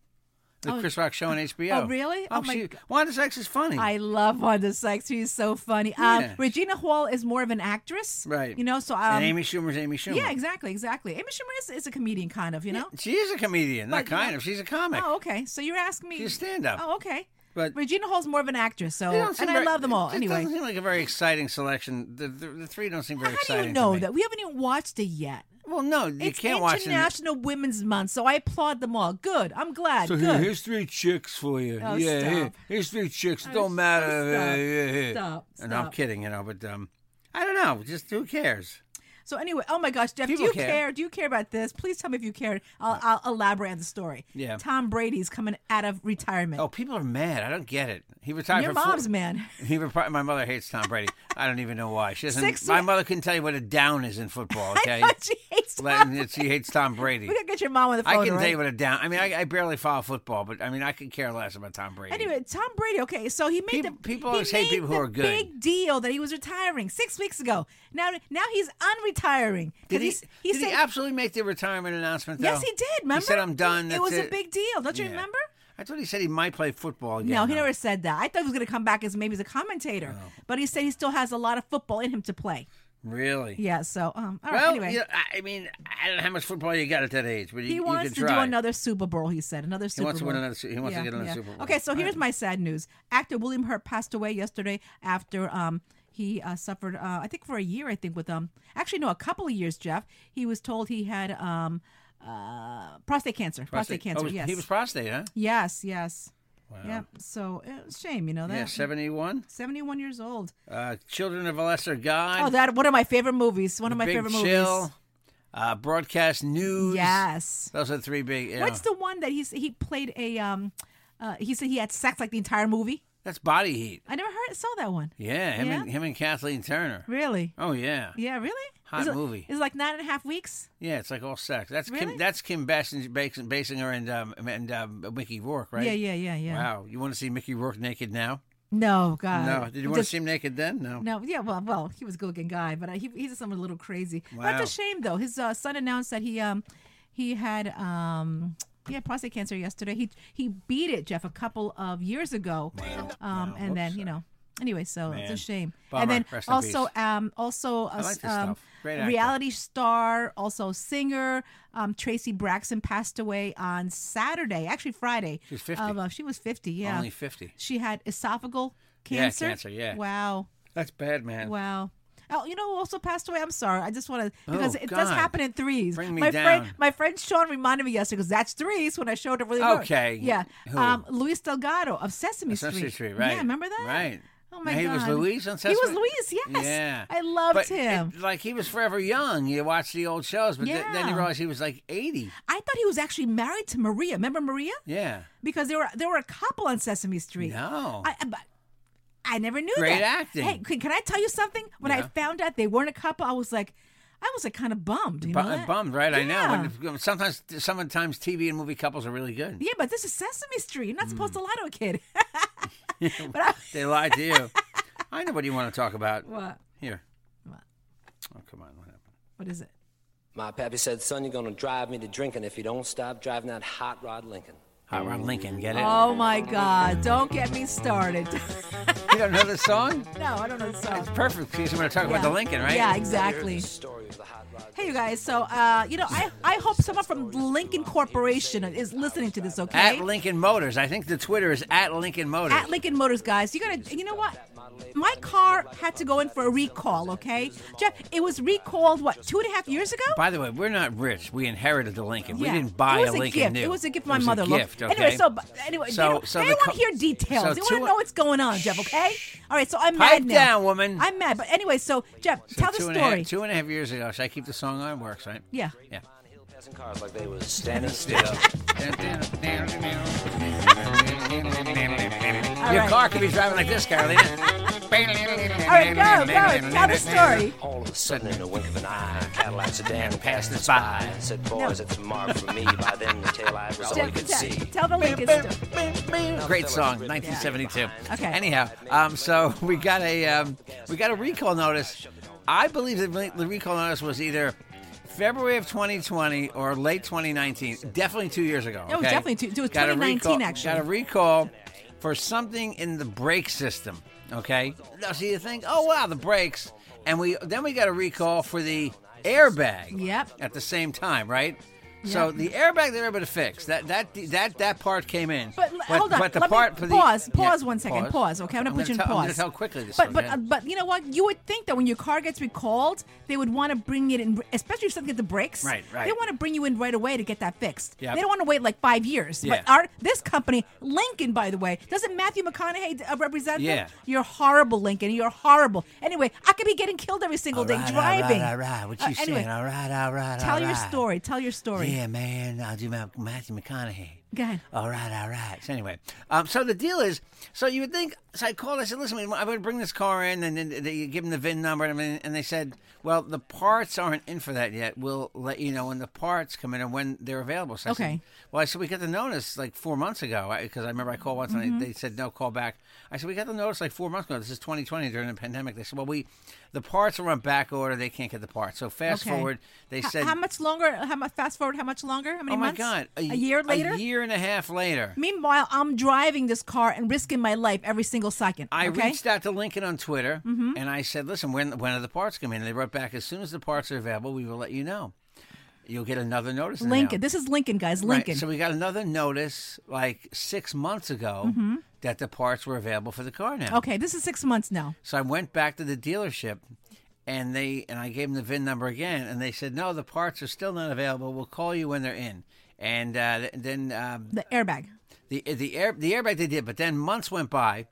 Speaker 1: The
Speaker 2: Oh,
Speaker 1: Chris Rock show on HBO.
Speaker 2: oh, really?
Speaker 1: Oh,
Speaker 2: Oh, my
Speaker 1: she,
Speaker 2: God.
Speaker 1: Wanda Sykes is funny.
Speaker 2: I love Wanda Sykes. She's so funny. Um,
Speaker 1: Yeah.
Speaker 2: Regina Hall is more of an actress,
Speaker 1: Right.
Speaker 2: You know, so um,
Speaker 1: and Amy Schumer's Amy Schumer.
Speaker 2: yeah, exactly, exactly. Amy Schumer is, is a comedian, kind of, you know.
Speaker 1: She is a comedian. Not
Speaker 2: But, you know-
Speaker 1: kind of. She's a comic.
Speaker 2: Oh, okay. So you're asking me.
Speaker 1: She's a stand-up.
Speaker 2: Oh, okay.
Speaker 1: But-
Speaker 2: Regina Hall's more of an actress, so
Speaker 1: They don't seem
Speaker 2: and I
Speaker 1: very-
Speaker 2: love them all.
Speaker 1: it
Speaker 2: Anyway,
Speaker 1: doesn't seem like a very exciting selection. The, the, the three don't seem very
Speaker 2: how
Speaker 1: exciting.
Speaker 2: do you
Speaker 1: to
Speaker 2: know
Speaker 1: me.
Speaker 2: that we haven't even watched it yet?
Speaker 1: Well, no, you
Speaker 2: it's
Speaker 1: can't watch it. in-
Speaker 2: International Women's Month, so I applaud them all. Good, I'm glad.
Speaker 1: So
Speaker 2: Uh, Good.
Speaker 1: here, here's three chicks for you.
Speaker 2: Oh,
Speaker 1: yeah, here,
Speaker 2: stop.
Speaker 1: here's three chicks.
Speaker 2: Oh,
Speaker 1: don't matter.
Speaker 2: stop,
Speaker 1: Yeah, yeah, yeah.
Speaker 2: stop,
Speaker 1: No, I'm
Speaker 2: stop.
Speaker 1: kidding, you know, but um, I don't know. Just who cares?
Speaker 2: So anyway, oh my gosh, Jeff, do
Speaker 1: People
Speaker 2: you
Speaker 1: care.
Speaker 2: care. Do you care about this? Please tell me if you cared. I'll, I'll elaborate on the story.
Speaker 1: Yeah.
Speaker 2: Tom Brady's coming out of retirement.
Speaker 1: Oh, people are mad. I don't get it. He retired.
Speaker 2: Your
Speaker 1: from
Speaker 2: mom's man.
Speaker 1: He retired. My mother hates Tom Brady. I don't even know why. She doesn't.
Speaker 2: Six-
Speaker 1: my mother couldn't tell you what a down is in football.
Speaker 2: I
Speaker 1: Okay,
Speaker 2: thought she hates Tom.
Speaker 1: Latin- she hates Tom Brady.
Speaker 2: We gotta get your mom on the phone.
Speaker 1: I can
Speaker 2: right?
Speaker 1: tell you what a down. I mean, I, I barely follow football, but I mean, I could care less about Tom Brady.
Speaker 2: Anyway, Tom Brady. Okay, so he made
Speaker 1: People-
Speaker 2: the
Speaker 1: people
Speaker 2: he
Speaker 1: always hate
Speaker 2: made
Speaker 1: people who
Speaker 2: the
Speaker 1: are good.
Speaker 2: Big deal that he was retiring six weeks ago. Now, now he's unretiring. 'Cause
Speaker 1: did he?
Speaker 2: he's- He
Speaker 1: did
Speaker 2: said,
Speaker 1: he absolutely make the retirement announcement? Though?
Speaker 2: "Yes, he did." Remember?
Speaker 1: He said, "I'm done."
Speaker 2: It
Speaker 1: that's
Speaker 2: was a big deal. Don't you
Speaker 1: Yeah.
Speaker 2: remember?
Speaker 1: I thought he said he might play football again. Oh.
Speaker 2: no, he
Speaker 1: though.
Speaker 2: never said that. I thought he was going to come back as maybe as a commentator, but he said he still has a lot of football in him to play.
Speaker 1: Really?
Speaker 2: Yeah. So, um, all right.
Speaker 1: Well,
Speaker 2: anyway,
Speaker 1: you know, I- I mean, I don't know how much football you got at that age, but you,
Speaker 2: he
Speaker 1: you
Speaker 2: wants
Speaker 1: could
Speaker 2: to
Speaker 1: try.
Speaker 2: do another Super Bowl. He said another Super
Speaker 1: wants to
Speaker 2: Bowl.
Speaker 1: win another Su- he wants to get another Super Bowl.
Speaker 2: Okay, so
Speaker 1: All
Speaker 2: here's
Speaker 1: right.
Speaker 2: my sad news. Actor William Hurt passed away yesterday after um he uh, suffered uh, I think for a year I think with um actually no a couple of years Jeff he was told he had um uh prostate cancer prostate,
Speaker 1: Oh,
Speaker 2: cancer
Speaker 1: was-
Speaker 2: yes
Speaker 1: He was prostate, huh?
Speaker 2: yes yes wow yeah so it's a shame you know that
Speaker 1: Yeah, 71.
Speaker 2: 71 years old
Speaker 1: Uh, Children of a Lesser God.
Speaker 2: oh that one of my favorite movies one of my
Speaker 1: Big
Speaker 2: favorite
Speaker 1: Chill.
Speaker 2: movies
Speaker 1: Uh, broadcast news.
Speaker 2: yes
Speaker 1: Those are three big. You
Speaker 2: what's
Speaker 1: know.
Speaker 2: the one that he's he played a um uh, he said he had sex like the entire movie
Speaker 1: That's Body Heat.
Speaker 2: I never heard saw that one
Speaker 1: Yeah, him,
Speaker 2: Yeah?
Speaker 1: And, him and Kathleen Turner.
Speaker 2: really
Speaker 1: Oh, yeah.
Speaker 2: Yeah, really?
Speaker 1: Hot
Speaker 2: Is it-
Speaker 1: movie.
Speaker 2: Is it like nine and a half weeks?
Speaker 1: Yeah, it's like all sex. That's Kim.
Speaker 2: Really?
Speaker 1: That's Kim Basinger, Basinger and um, and um, Mickey Rourke, right?
Speaker 2: Yeah, yeah, yeah, yeah.
Speaker 1: Wow, you want to see Mickey Rourke naked now?
Speaker 2: No, God.
Speaker 1: no. Did you
Speaker 2: I'm
Speaker 1: want to
Speaker 2: just-
Speaker 1: see him naked then? No.
Speaker 2: No, yeah, well, well, he was a good-looking guy, but uh, he, he's someone a little crazy. But
Speaker 1: Wow.
Speaker 2: it's a shame though. His uh, son announced that he um he had um he had prostate cancer yesterday. He he beat it, Jeff, a couple of years ago. Um, and then you know. Anyway, so it's
Speaker 1: Man.
Speaker 2: a shame.
Speaker 1: Bummer.
Speaker 2: And then
Speaker 1: Rest in
Speaker 2: also,
Speaker 1: peace.
Speaker 2: um, also a
Speaker 1: like this
Speaker 2: um,
Speaker 1: stuff. Great actor.
Speaker 2: reality star, also singer, um, Tracy Braxton passed away on Saturday, actually Friday.
Speaker 1: She was 50.
Speaker 2: Of, uh, she was fifty. Yeah,
Speaker 1: Only 50.
Speaker 2: She had esophageal
Speaker 1: Yeah,
Speaker 2: cancer.
Speaker 1: cancer, yeah.
Speaker 2: Wow.
Speaker 1: That's bad, man.
Speaker 2: Wow. Oh, you know who also passed away? I'm sorry. I just want to because
Speaker 1: Oh,
Speaker 2: it does
Speaker 1: God.
Speaker 2: happen in threes.
Speaker 1: Bring me
Speaker 2: my friend,
Speaker 1: down.
Speaker 2: my friend Sean reminded me yesterday because that's threes when I showed it really. worked.
Speaker 1: Okay.
Speaker 2: Yeah.
Speaker 1: Who?
Speaker 2: Um, Luis Delgado of Sesame Street.
Speaker 1: Sesame Street, right?
Speaker 2: Yeah, remember that?
Speaker 1: Right.
Speaker 2: Oh my
Speaker 1: Now, He was
Speaker 2: God.
Speaker 1: Luis on
Speaker 2: He
Speaker 1: Sesame.
Speaker 2: was Luis, yes.
Speaker 1: Yeah.
Speaker 2: I loved
Speaker 1: But
Speaker 2: him.
Speaker 1: it- like he was forever young. You watch the old shows, but th- then you
Speaker 2: Yeah.
Speaker 1: realize he was like eighty.
Speaker 2: I thought he was actually married to Maria. Remember Maria?
Speaker 1: Yeah.
Speaker 2: Because they were they were a couple on Sesame Street.
Speaker 1: No.
Speaker 2: I, I- but I never knew
Speaker 1: Oh. Great
Speaker 2: that.
Speaker 1: acting.
Speaker 2: Hey, can, can I tell you something? When I
Speaker 1: Yeah.
Speaker 2: found out they weren't a couple, I was like, I was like kind of bummed. You know
Speaker 1: Bu-
Speaker 2: that?
Speaker 1: bummed, right? I know.
Speaker 2: Yeah.
Speaker 1: When- sometimes, sometimes TV and movie couples are really good.
Speaker 2: Yeah, but this is Sesame Street. You're not
Speaker 1: Hmm.
Speaker 2: supposed to lie to a kid. but I,
Speaker 1: They lied to you. I know what you want to talk about.
Speaker 2: what?
Speaker 1: Here.
Speaker 2: What?
Speaker 1: Oh, come on. What happened?
Speaker 2: What is it?
Speaker 6: My pappy said, son, you're going to drive me to drinking if you don't stop driving that hot rod Lincoln.
Speaker 1: Hot Rod Lincoln, get it?
Speaker 2: Oh my God! Don't get me started.
Speaker 1: You don't know the song?
Speaker 2: no, I don't know the song.
Speaker 1: Perfect, because we're going to talk about the
Speaker 2: Yeah.
Speaker 1: Lincoln, right?
Speaker 2: Yeah, exactly.
Speaker 6: Story of the hot rod.
Speaker 2: Hey, you guys. So, uh, you know, I, I hope someone from Lincoln Corporation is listening to this. Okay.
Speaker 1: At Lincoln Motors. I think the Twitter is at Lincoln Motors.
Speaker 2: At Lincoln Motors, guys, you gotta. You know what? My car had to go in for a recall. Okay, Jeff, it was recalled what two and a half years ago.
Speaker 1: By the way, we're not rich. We inherited the Lincoln.
Speaker 2: Yeah.
Speaker 1: We didn't buy
Speaker 2: it was
Speaker 1: a Lincoln
Speaker 2: gift.
Speaker 1: new.
Speaker 2: It was a gift my
Speaker 1: It was a
Speaker 2: mother loved.
Speaker 1: gift, okay?
Speaker 2: Anyway, so but anyway,
Speaker 1: So-
Speaker 2: they don't,
Speaker 1: so
Speaker 2: they
Speaker 1: the
Speaker 2: don't want
Speaker 1: co-
Speaker 2: to hear details.
Speaker 1: so
Speaker 2: they want
Speaker 1: two-
Speaker 2: to know what's going on, Jeff. Okay. All right. So I'm
Speaker 1: Pipe
Speaker 2: mad now.
Speaker 1: down, woman.
Speaker 2: I'm mad. But anyway, so Jeff,
Speaker 1: So
Speaker 2: tell the
Speaker 1: two
Speaker 2: story.
Speaker 1: and a half- two and a half years ago, should I keep the song on? Works, right?
Speaker 2: yeah.
Speaker 1: Yeah.
Speaker 6: Hill passing cars like they was standing still.
Speaker 1: Your
Speaker 2: right.
Speaker 1: car could be driving like this, Carolina.
Speaker 2: All right. Go. Go. Tell the story.
Speaker 6: All of a sudden, in the wink of an eye, a Cadillac sedan passed us by and said, boys, it's a mark for me. By then, the taillight was all you
Speaker 2: Jeff,
Speaker 6: could
Speaker 2: Jeff,
Speaker 6: see.
Speaker 2: tell the Lincoln story.
Speaker 1: Great song, 1972.
Speaker 2: Okay.
Speaker 1: Anyhow, um, so we got a um, we got a recall notice. I believe the, re- the recall notice was either February of 2020 or late 2019. Definitely two years ago.
Speaker 2: It was
Speaker 1: okay?
Speaker 2: definitely two- it was
Speaker 1: Got a
Speaker 2: 2019
Speaker 1: recall-
Speaker 2: actually.
Speaker 1: Got a recall for something in the brake system. Okay. Now, so you think, oh wow, the brakes, and we then we got a recall for the airbag.
Speaker 2: Yep.
Speaker 1: At the same time, right? So the airbag they were able to fix that that that that part came in.
Speaker 2: But, l- hold on.
Speaker 1: But the
Speaker 2: Let me-
Speaker 1: part for the-
Speaker 2: pause.
Speaker 1: yeah,
Speaker 2: pause one second. Pause. Okay, I'm gonna put you in
Speaker 1: tell,
Speaker 2: pause.
Speaker 1: I'm gonna tell quickly this.
Speaker 2: But
Speaker 1: one,
Speaker 2: but
Speaker 1: yeah.
Speaker 2: uh, but you know what? You would think that when your car gets recalled, they would want to bring it in, especially if something at the brakes.
Speaker 1: Right, right.
Speaker 2: They want to bring you in right away to get that fixed.
Speaker 1: Yep.
Speaker 2: They don't want to wait like five years. But
Speaker 1: Yeah.
Speaker 2: our this company, Lincoln, by the way, doesn't Matthew McConaughey uh, represent
Speaker 1: Yeah.
Speaker 2: them? You're horrible, Lincoln. You're horrible. Anyway, I could be getting killed every single
Speaker 1: All
Speaker 2: day
Speaker 1: right,
Speaker 2: driving.
Speaker 1: All right, all right. What
Speaker 2: Uh,
Speaker 1: you
Speaker 2: anyway,
Speaker 1: saying? Oh, All right, all right.
Speaker 2: Tell
Speaker 1: all
Speaker 2: your
Speaker 1: right.
Speaker 2: story. Tell your story.
Speaker 1: Yeah, man. I'll do my Matthew McConaughey.
Speaker 2: Go ahead.
Speaker 1: All right, all right. So anyway, um, so the deal is, so you would think. So I called. I said, "Listen, I'm going to bring this car in, and then they give them the VIN number, and, everything, and they said, well, the parts aren't in for that yet. We'll let you know when the parts come in and when they're available." So I said,
Speaker 2: Okay. Well,
Speaker 1: well, I said we got the notice like four months ago because I remember I called once
Speaker 2: Mm-hmm.
Speaker 1: and I, they said no call back. I said we got the notice like four months ago. This is 2020 during the pandemic. They said, well, we the parts are on back order. They can't get the parts. So fast
Speaker 2: Okay.
Speaker 1: forward, they
Speaker 2: H-
Speaker 1: said,
Speaker 2: how much longer? How much fast forward? How much longer? How many
Speaker 1: oh my
Speaker 2: months?
Speaker 1: god,
Speaker 2: a, year later.
Speaker 1: a year and a half later.
Speaker 2: Meanwhile, I'm driving this car and risking my life every single second.
Speaker 1: I
Speaker 2: okay? Mm-hmm.
Speaker 1: reached out to Lincoln on Twitter and I said, "Listen, when when are the parts coming?" And they wrote back, "As soon as the parts are available, we will let you know. You'll get another notice." in the mail."
Speaker 2: Lincoln. This is Lincoln, guys.
Speaker 1: Right,
Speaker 2: Lincoln.
Speaker 1: So we got another notice like six months ago that the parts were available for the car now.
Speaker 2: Mm-hmm. okay, this is six months now.
Speaker 1: So I went back to the dealership, and they and I gave them the VIN number again, and they said, "No, the parts are still not available. We'll call you when they're in." And uh, th- then um,
Speaker 2: The airbag.
Speaker 1: the the air the airbag they did, but then months went by,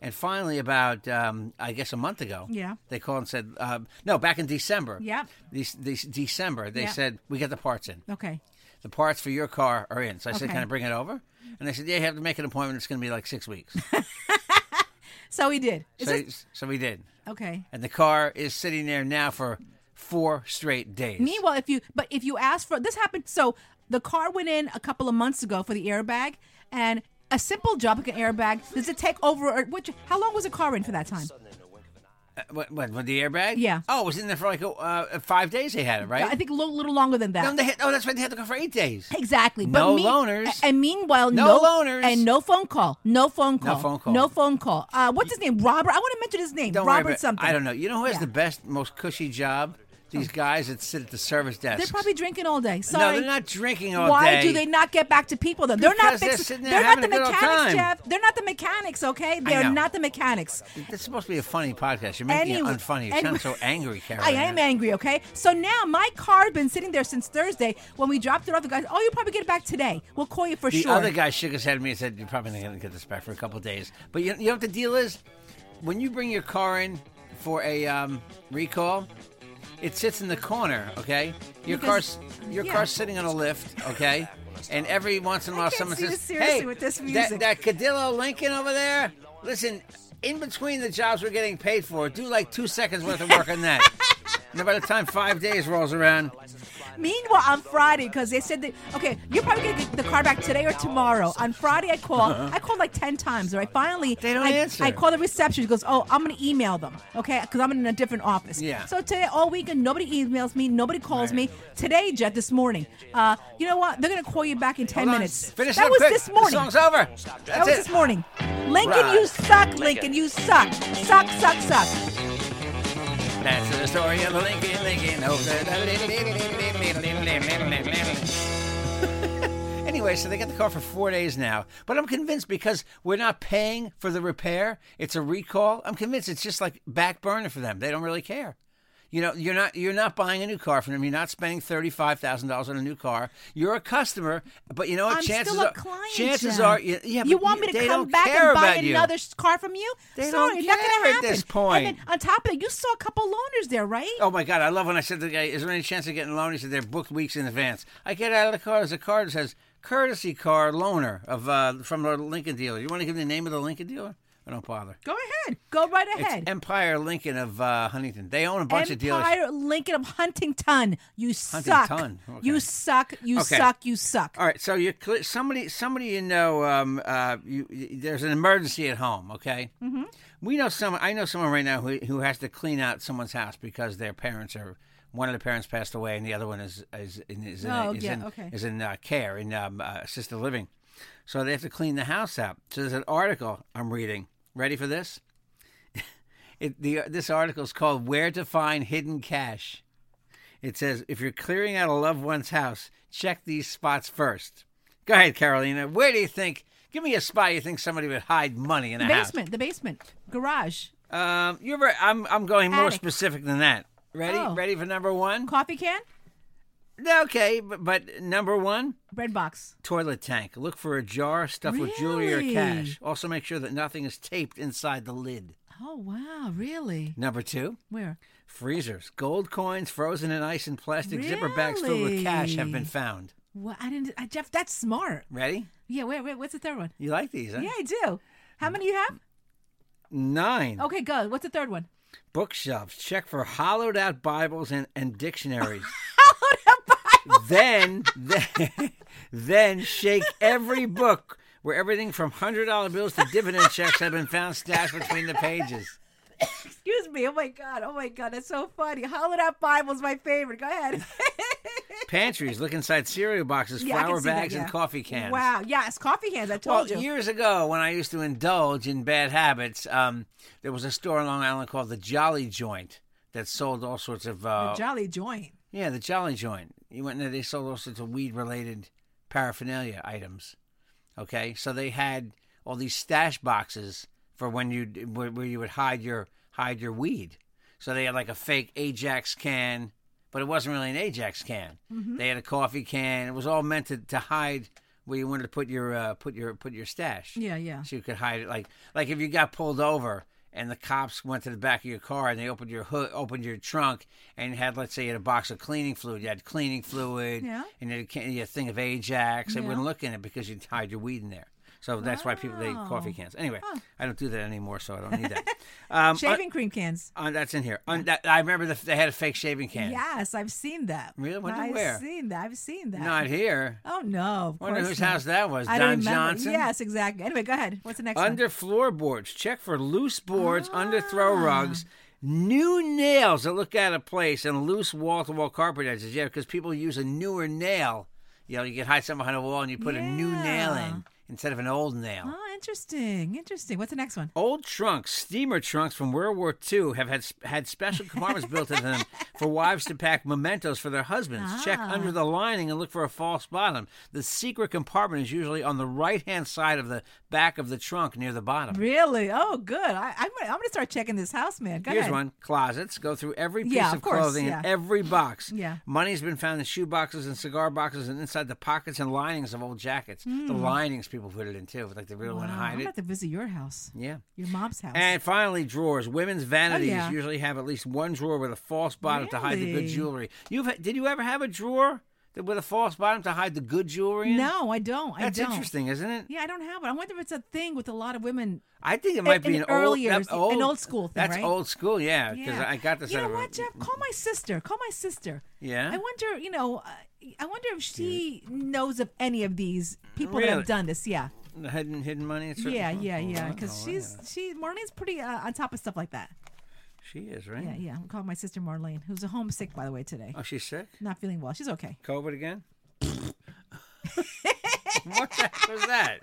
Speaker 1: and finally about um, I guess a month ago,
Speaker 2: Yeah.
Speaker 1: they called and said um, no, back in December,
Speaker 2: Yep.
Speaker 1: these, these December they
Speaker 2: Yep.
Speaker 1: said we got the parts in,
Speaker 2: Okay.
Speaker 1: the parts for your car are in. So I said,
Speaker 2: Okay.
Speaker 1: can I bring it over? And they said, yeah, you have to make an appointment. It's going to be like six weeks.
Speaker 2: So he did. Is
Speaker 1: so,
Speaker 2: this-
Speaker 1: so we did,
Speaker 2: okay.
Speaker 1: and the car is sitting there now for four straight days.
Speaker 2: Meanwhile, if you but if you ask for this happened, so the car went in a couple of months ago for the airbag and. A simple job like an airbag. Does it take over? Or which? How long was the car in for that time?
Speaker 1: Uh, what, what, with the airbag?
Speaker 2: Yeah.
Speaker 1: Oh, it was in there for like uh, five days. They had it right.
Speaker 2: I think a little, little longer than that.
Speaker 1: No, they had, oh, that's right. They had the car for eight days.
Speaker 2: Exactly.
Speaker 1: No
Speaker 2: but
Speaker 1: loners.
Speaker 2: And meanwhile,
Speaker 1: No
Speaker 2: no,
Speaker 1: loners.
Speaker 2: And no phone call. No phone call.
Speaker 1: phone call.
Speaker 2: No phone call. Uh, what's his name? Robert. I want to mention his name.
Speaker 1: Don't worry
Speaker 2: Robert
Speaker 1: about it.
Speaker 2: something.
Speaker 1: I don't know. You know who has
Speaker 2: Yeah.
Speaker 1: the best, most cushy job? these guys that sit at the service desk.
Speaker 2: They're probably drinking all day.
Speaker 1: no,
Speaker 2: Sorry.
Speaker 1: they're not drinking all
Speaker 2: Why
Speaker 1: day.
Speaker 2: do they not get back to people then? They're not
Speaker 1: Because they're
Speaker 2: fixing-
Speaker 1: sitting there
Speaker 2: they're not
Speaker 1: having
Speaker 2: the
Speaker 1: a good old
Speaker 2: mechanics,
Speaker 1: time.
Speaker 2: Jeff. They're not the mechanics, okay? They're
Speaker 1: know.
Speaker 2: not the mechanics.
Speaker 1: This is supposed to be a funny podcast. You're making
Speaker 2: Anyway-
Speaker 1: it unfunny. You
Speaker 2: anyway-
Speaker 1: sound so angry, Karen.
Speaker 2: I am angry, okay? So now my car's been sitting there since Thursday when we dropped it off. The guys, oh, you'll probably get it back today. We'll call you for
Speaker 1: The
Speaker 2: sure.
Speaker 1: other guy shook his head at me and said, "You're probably not going to get this back for a couple of days." But you, you know what the deal is? When you bring your car in for a um, recall, it sits in the corner. Okay, your
Speaker 2: Because-
Speaker 1: car's your
Speaker 2: yeah.
Speaker 1: car's sitting on a lift. Okay, and every once in a while
Speaker 2: can't
Speaker 1: someone
Speaker 2: see
Speaker 1: says,
Speaker 2: this seriously
Speaker 1: "Hey,
Speaker 2: with this
Speaker 1: that
Speaker 2: music."
Speaker 1: that Cadillo Lincoln over there, listen." In between the jobs we're getting paid for, do like two seconds worth of work on that. and by the time five days rolls around,
Speaker 2: Meanwhile, on Friday, because they said that okay, you're probably gonna get the car back today or tomorrow. On Friday, I call. I called like ten times. Right, finally,
Speaker 1: Uh-huh. They don't
Speaker 2: I,
Speaker 1: answer.
Speaker 2: I call the reception. She goes, "Oh, I'm gonna email them, okay? Because I'm in a different office."
Speaker 1: Yeah.
Speaker 2: So today, all weekend, nobody emails me, nobody calls me. Today, Jet, this morning, uh, you know what? They're gonna call you back in ten
Speaker 1: Hold on.
Speaker 2: minutes.
Speaker 1: Finish
Speaker 2: that
Speaker 1: up
Speaker 2: was
Speaker 1: quick.
Speaker 2: this morning.
Speaker 1: The song's over.
Speaker 2: that
Speaker 1: That's
Speaker 2: was
Speaker 1: it.
Speaker 2: this morning. Lincoln,
Speaker 1: Right.
Speaker 2: you suck. Lincoln, you suck. Suck, suck, suck.
Speaker 1: That's the story of the Lincoln Lincoln. Over. anyway, so they got the car for four days now. But I'm convinced because we're not paying for the repair, it's a recall. I'm convinced it's just like back burner for them. They don't really care. You know, you're not you're not buying a new car from them. You're not spending thirty five thousand dollars on a new car. You're a customer, but you know what?
Speaker 2: I'm
Speaker 1: Oh, chances
Speaker 2: still a
Speaker 1: are,
Speaker 2: client.
Speaker 1: chances
Speaker 2: Jeff.
Speaker 1: are, yeah, yeah,
Speaker 2: you
Speaker 1: but
Speaker 2: want me to
Speaker 1: they
Speaker 2: come
Speaker 1: don't
Speaker 2: back
Speaker 1: care
Speaker 2: and buy
Speaker 1: about you.
Speaker 2: another s- car from you?
Speaker 1: They
Speaker 2: Sorry,
Speaker 1: don't
Speaker 2: not gonna
Speaker 1: care at
Speaker 2: happen.
Speaker 1: this
Speaker 2: And
Speaker 1: point.
Speaker 2: then on top of it, you saw a couple loners there, right?
Speaker 1: Oh my God, I love when I said to the guy, is there any chance of getting a loan? He said, they're booked weeks in advance. I get out of the car, there's a card that says, courtesy car loaner of uh, from the Lincoln dealer. You want to give me the name of the Lincoln dealer? I don't bother.
Speaker 2: Go ahead, go right ahead.
Speaker 1: It's Empire Lincoln of uh, Huntington. They own a bunch of dealers.
Speaker 2: Empire Lincoln of Huntington. You suck.
Speaker 1: Huntington, okay.
Speaker 2: You suck. You
Speaker 1: Okay.
Speaker 2: suck. You suck.
Speaker 1: All right, so you cl- somebody somebody you know um, uh, you, you, there's an emergency at home, okay? Mm-hmm. We know someone. I know someone right now who who has to clean out someone's house because their parents are one of the parents passed away and the other one is is in, is in,
Speaker 2: Oh,
Speaker 1: is
Speaker 2: yeah,
Speaker 1: in,
Speaker 2: okay.
Speaker 1: is in uh, care in um, uh, assisted living, so they have to clean the house out. So there's an article I'm reading. Ready for this? it, the this article is called "Where to Find Hidden Cash." It says if you're clearing out a loved one's house, check these spots first. Go ahead, Carolina. Where do you think? Give me a spot you think somebody would hide money in a
Speaker 2: The basement. The basement. Garage.
Speaker 1: house. Um, you're very, I'm I'm going more
Speaker 2: Attic.
Speaker 1: specific than that. Ready?
Speaker 2: Oh.
Speaker 1: Ready for number one?
Speaker 2: Coffee can.
Speaker 1: Okay, but, but number one,
Speaker 2: Bread box.
Speaker 1: toilet tank. Look for a jar stuffed with jewelry or
Speaker 2: Really?
Speaker 1: cash. Also, make sure that nothing is taped inside the lid.
Speaker 2: Oh wow! Really?
Speaker 1: Number two,
Speaker 2: Where?
Speaker 1: freezers. Gold coins frozen in ice and plastic zipper bags filled with cash have been
Speaker 2: Really?
Speaker 1: found.
Speaker 2: What? I didn't. I, Jeff, that's smart.
Speaker 1: Ready?
Speaker 2: Yeah. Wait. Wait. What's the third one?
Speaker 1: You like these, huh?
Speaker 2: Yeah, I do. How many you have?
Speaker 1: Nine.
Speaker 2: Okay, go. What's the third one?
Speaker 1: bookshelves. Check for hollowed out Bibles and, and dictionaries.
Speaker 2: Hold up, Bible.
Speaker 1: then, then, then shake every book where everything from $100 bills to dividend checks have been found stashed between the pages.
Speaker 2: Excuse me. Oh my god. Oh my god. That's so funny. Hollowed out Bible's my favorite. Go ahead.
Speaker 1: Pantries. Look inside cereal boxes,
Speaker 2: Yeah, I can
Speaker 1: flour
Speaker 2: see that,
Speaker 1: bags,
Speaker 2: yeah.
Speaker 1: and coffee cans.
Speaker 2: Wow. Yes. Coffee cans. I
Speaker 1: Well,
Speaker 2: told you.
Speaker 1: years ago, when I used to indulge in bad habits, um, there was a store on Long Island called the Jolly Joint that sold all sorts of uh,
Speaker 2: A jolly joint.
Speaker 1: Yeah, the Jolly Joint. You went in there, they sold all sorts of weed related paraphernalia items. Okay, so they had all these stash boxes for when you where, where you would hide your hide your weed. So they had like a fake Ajax can, but it wasn't really an Ajax can. They had a coffee can. It was all meant to, to hide where you wanted to put your uh, put your put your stash.
Speaker 2: Yeah. Yeah.
Speaker 1: So you could hide it, like like if you got pulled over and the cops went to the back of your car and they opened your hood, opened your trunk, and had let's say you had a box of cleaning fluid, you had cleaning fluid,
Speaker 2: Yeah.
Speaker 1: and you had a can- you had a thing of Ajax, they
Speaker 2: Yeah.
Speaker 1: wouldn't look in it because you'd hide your weed in there. So that's why people they eat coffee
Speaker 2: Wow.
Speaker 1: cans. Anyway, I don't do that anymore, so I don't need that. um, on,
Speaker 2: Shaving cream cans.
Speaker 1: on- that's in here. On that, I remember the, they had a fake shaving can.
Speaker 2: Yes, I've seen that.
Speaker 1: Really? Wonder
Speaker 2: I've
Speaker 1: where?
Speaker 2: seen that. I've seen that.
Speaker 1: Not here.
Speaker 2: Oh no! Of
Speaker 1: Wonder
Speaker 2: course
Speaker 1: whose
Speaker 2: not.
Speaker 1: house that was.
Speaker 2: I
Speaker 1: Don
Speaker 2: don't remember.
Speaker 1: Johnson.
Speaker 2: Yes, exactly. Anyway, go ahead. What's the next one?
Speaker 1: Under floorboards. Check for loose boards, under throw rugs, new nails that look out of place, and loose wall to wall carpet edges. Yeah, because people use a newer nail. You know, you can hide something behind a wall and you put a new nail
Speaker 2: Yeah.
Speaker 1: in instead of an old nail.
Speaker 2: Oh, interesting. Interesting. What's the next one?
Speaker 1: Old trunks, steamer trunks from World War II, have had had special compartments built into them for wives to pack mementos for their husbands. Check under the lining and look for a false bottom. The secret compartment is usually on the right hand side of the back of the trunk near the bottom.
Speaker 2: Really? Oh, good. I, I'm, gonna- I'm going to start checking this house, man. Go
Speaker 1: Here's
Speaker 2: ahead.
Speaker 1: one. Closets. Go through every piece
Speaker 2: Yeah,
Speaker 1: of,
Speaker 2: of course,
Speaker 1: clothing
Speaker 2: yeah.
Speaker 1: in every box.
Speaker 2: Yeah.
Speaker 1: Money's been found in shoe boxes and cigar boxes and inside the pockets and linings of old jackets. The linings people put it in too, like they really want to
Speaker 2: Hmm. Wow,
Speaker 1: hide
Speaker 2: I'm
Speaker 1: it.
Speaker 2: about to visit your house,
Speaker 1: yeah.
Speaker 2: your mom's house.
Speaker 1: And finally, drawers. Women's vanities
Speaker 2: Oh, yeah.
Speaker 1: usually have at least one drawer with a false bottom to hide the good
Speaker 2: Really?
Speaker 1: jewelry. You've did you ever have a drawer that- with a false bottom to hide the good jewelry? In?
Speaker 2: no, I don't. I
Speaker 1: that's
Speaker 2: don't.
Speaker 1: interesting, isn't it?
Speaker 2: Yeah, I don't have it. I wonder if it's a thing with a lot of women.
Speaker 1: I think it might
Speaker 2: In
Speaker 1: be an
Speaker 2: the earlier
Speaker 1: old,
Speaker 2: years,
Speaker 1: that-
Speaker 2: an old school thing,
Speaker 1: That's
Speaker 2: right?
Speaker 1: old school, yeah. Because
Speaker 2: Yeah,
Speaker 1: I got this.
Speaker 2: You
Speaker 1: out
Speaker 2: know
Speaker 1: of a-
Speaker 2: what, Jeff? Call my sister. Call my sister.
Speaker 1: Yeah?
Speaker 2: I wonder. You know, uh, I wonder if she knows of any of these people that
Speaker 1: Really?
Speaker 2: have done this. Yeah,
Speaker 1: Hidden, hidden money. at certain-
Speaker 2: yeah, yeah,
Speaker 1: oh,
Speaker 2: yeah.
Speaker 1: wow,
Speaker 2: Because
Speaker 1: yeah.
Speaker 2: she's she Marlene's pretty uh, on top of stuff like that.
Speaker 1: she is right.
Speaker 2: Yeah, yeah. I'm calling my sister Marlene, who's a homesick by the way today.
Speaker 1: Oh, she's sick.
Speaker 2: Not feeling well. She's okay.
Speaker 1: COVID again. what the heck was that?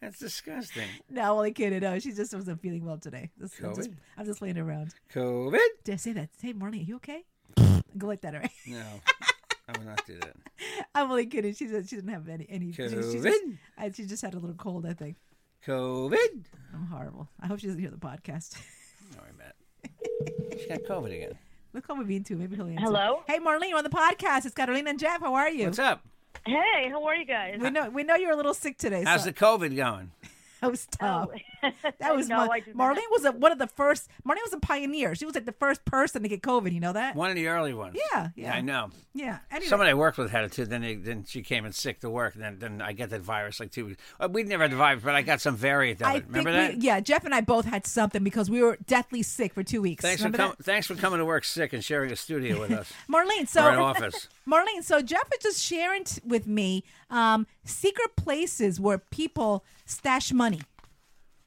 Speaker 1: That's disgusting.
Speaker 2: No, only kidding. No, she just wasn't feeling well today. This- I'm, just,
Speaker 1: COVID?
Speaker 2: I'm just playing around.
Speaker 1: COVID.
Speaker 2: Did I say that? Hey, Marlene, are you okay? Go like that, all right?
Speaker 1: No, I will not do that.
Speaker 2: I'm only kidding. She said she didn't have any. any she, she, just,
Speaker 1: COVID?
Speaker 2: I, she just had a little cold, I think.
Speaker 1: COVID.
Speaker 2: I'm horrible. I hope she doesn't hear the podcast.
Speaker 1: Sorry, Matt. She got COVID again.
Speaker 2: Look how we mean to. Maybe he'll answer.
Speaker 7: Hello?
Speaker 2: Hey, Marlene, you're on the podcast. It's Catalina and Jeff. How are you?
Speaker 1: What's up?
Speaker 7: Hey, how are you guys?
Speaker 2: We know we know you're a little sick today.
Speaker 1: How's
Speaker 2: so
Speaker 1: the COVID going?
Speaker 2: that was tough. That was
Speaker 7: Oh. no,
Speaker 2: Mar-
Speaker 7: I do not.
Speaker 2: Marlene was a, one of the first. Marlene was a pioneer. She was like the first person to get COVID. You know that?
Speaker 1: One of the early ones.
Speaker 2: Yeah, yeah.
Speaker 1: I know.
Speaker 2: Yeah. Anyway,
Speaker 1: Somebody I worked with had it too. Then, they, then she came in sick to work. And then, then I got that virus like two weeks. Uh, we never had the virus, but I got some variant of
Speaker 2: I
Speaker 1: it. Remember that?
Speaker 2: think we, yeah, Jeff and I both had something because we were deathly sick for two weeks.
Speaker 1: Thanks for,
Speaker 2: Remember
Speaker 1: com-
Speaker 2: that?
Speaker 1: thanks for coming to work sick and sharing a studio with us.
Speaker 2: Marlene, so
Speaker 1: Or an office.
Speaker 2: Marlene, so Jeff was just sharing t- with me um, secret places where people stash money.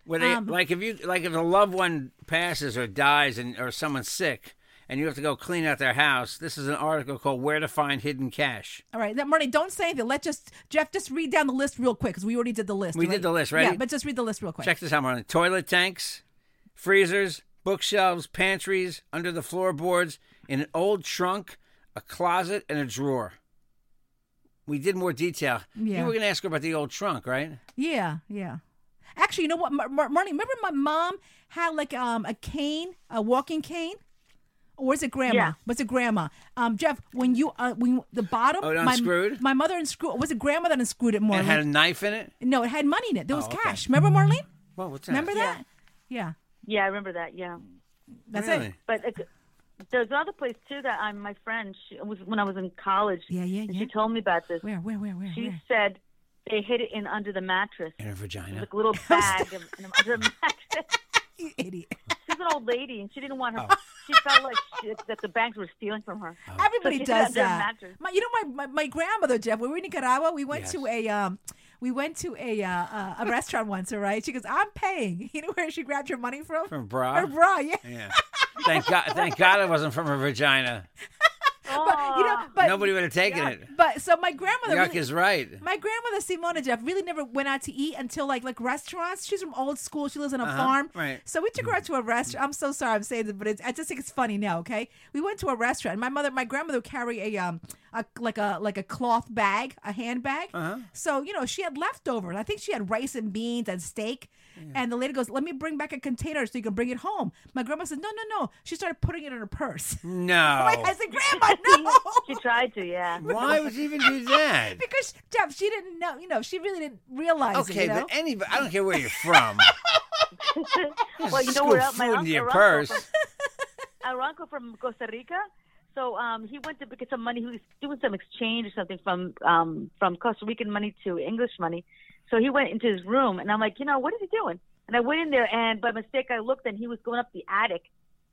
Speaker 1: Where
Speaker 2: um,
Speaker 1: they like if you like if a loved one passes or dies and or someone's sick and you have to go clean out their house. This is an article called "Where to Find Hidden Cash."
Speaker 2: All right, now, Marlene, don't say anything. Let just Jeff just read down the list real quick because we already did the list.
Speaker 1: We
Speaker 2: right?
Speaker 1: did the list,
Speaker 2: Yeah,
Speaker 1: right?
Speaker 2: but just read the list real quick.
Speaker 1: Check this out, Marlon. Toilet tanks, freezers, bookshelves, pantries, under the floorboards, in an old trunk, a closet, and a drawer. We did more detail.
Speaker 2: Yeah.
Speaker 1: You were going to ask her about the old trunk, right?
Speaker 2: Yeah, yeah. Actually, you know what, Mar- Mar- Marlene? Remember my mom had like um a cane, a walking cane, or was it grandma?
Speaker 7: Yeah.
Speaker 2: Was it grandma? Um, Jeff, when you uh, when you- the bottom,
Speaker 1: Oh, it
Speaker 2: my,
Speaker 1: unscrewed?
Speaker 2: my mother unscrewed. Was it grandma that unscrewed it?
Speaker 1: And
Speaker 2: Marlene?
Speaker 1: it had a knife in it.
Speaker 2: no, it had money in it. There was
Speaker 1: okay. Mm-hmm.
Speaker 2: cash. Remember, Marlene?
Speaker 1: Well, what's that?
Speaker 2: Remember
Speaker 7: Yeah.
Speaker 2: that? Yeah,
Speaker 7: yeah, I remember that. Yeah,
Speaker 2: that's
Speaker 1: really?
Speaker 2: it.
Speaker 7: but it, there's another place too that I'm. My friend, she it was when I was in college.
Speaker 2: Yeah, yeah,
Speaker 7: and
Speaker 2: yeah.
Speaker 7: She told me about this.
Speaker 2: Where, where, where, where?
Speaker 7: She
Speaker 2: where?
Speaker 7: said they hid it in under the mattress,
Speaker 1: In her vagina.
Speaker 7: like a little bag of, in under the mattress.
Speaker 2: You idiot!
Speaker 7: She's an old lady, and she didn't want her.
Speaker 1: Oh.
Speaker 7: She felt like she, that the banks were stealing from her.
Speaker 2: Everybody
Speaker 7: So she
Speaker 2: does
Speaker 7: had their
Speaker 2: that.
Speaker 7: mattress.
Speaker 2: My, you know, my, my, my grandmother Jeff. When we were in Nicaragua, we went to a um, we went to a uh, uh, a restaurant once. All right, she goes, "I'm paying." You know where she grabbed her money from?
Speaker 1: From a bra?
Speaker 2: Her bra, yeah.
Speaker 1: Yeah. thank God. Thank God it wasn't from her vagina.
Speaker 2: But you know,
Speaker 7: Oh.
Speaker 2: but
Speaker 1: Nobody would have taken it.
Speaker 2: But so my grandmother,
Speaker 1: Yuck
Speaker 2: really-
Speaker 1: is right.
Speaker 2: my grandmother Simona Jeff really never went out to eat until like like restaurants. She's from old school. She lives on a farm.
Speaker 1: Uh-huh. right.
Speaker 2: So we took her out to a restaurant. I'm so sorry I'm saying this, but it's, I just think it's funny now. Okay, we went to a restaurant. My mother, my grandmother would carry a um a like a like a cloth bag, a handbag. Uh-huh. So you know she had leftovers. I think she had rice and beans and steak. And the lady goes, "Let me bring back a container so you can bring it home." My grandma said, "No, no, no." She started putting it in her purse.
Speaker 1: No.
Speaker 2: Wait, I said, "Grandma, no."
Speaker 7: She tried to, yeah.
Speaker 1: Why would you even do that?
Speaker 2: because Jeff, she didn't know. You know, she really didn't realize. it,
Speaker 1: Okay,
Speaker 2: you know?
Speaker 1: but anybody, I don't care where you're from.
Speaker 7: well, you know
Speaker 1: Scoop
Speaker 7: what? else? My
Speaker 1: food
Speaker 7: uncle,
Speaker 1: into your
Speaker 7: our
Speaker 1: purse.
Speaker 7: Uncle from, our uncle from Costa Rica. So um, he went to get some money. He was doing some exchange or something from um, from Costa Rican money to English money. So he went into his room, and I'm like, you know, what is he doing? And I went in there, and by mistake, I looked, and he was going up the attic,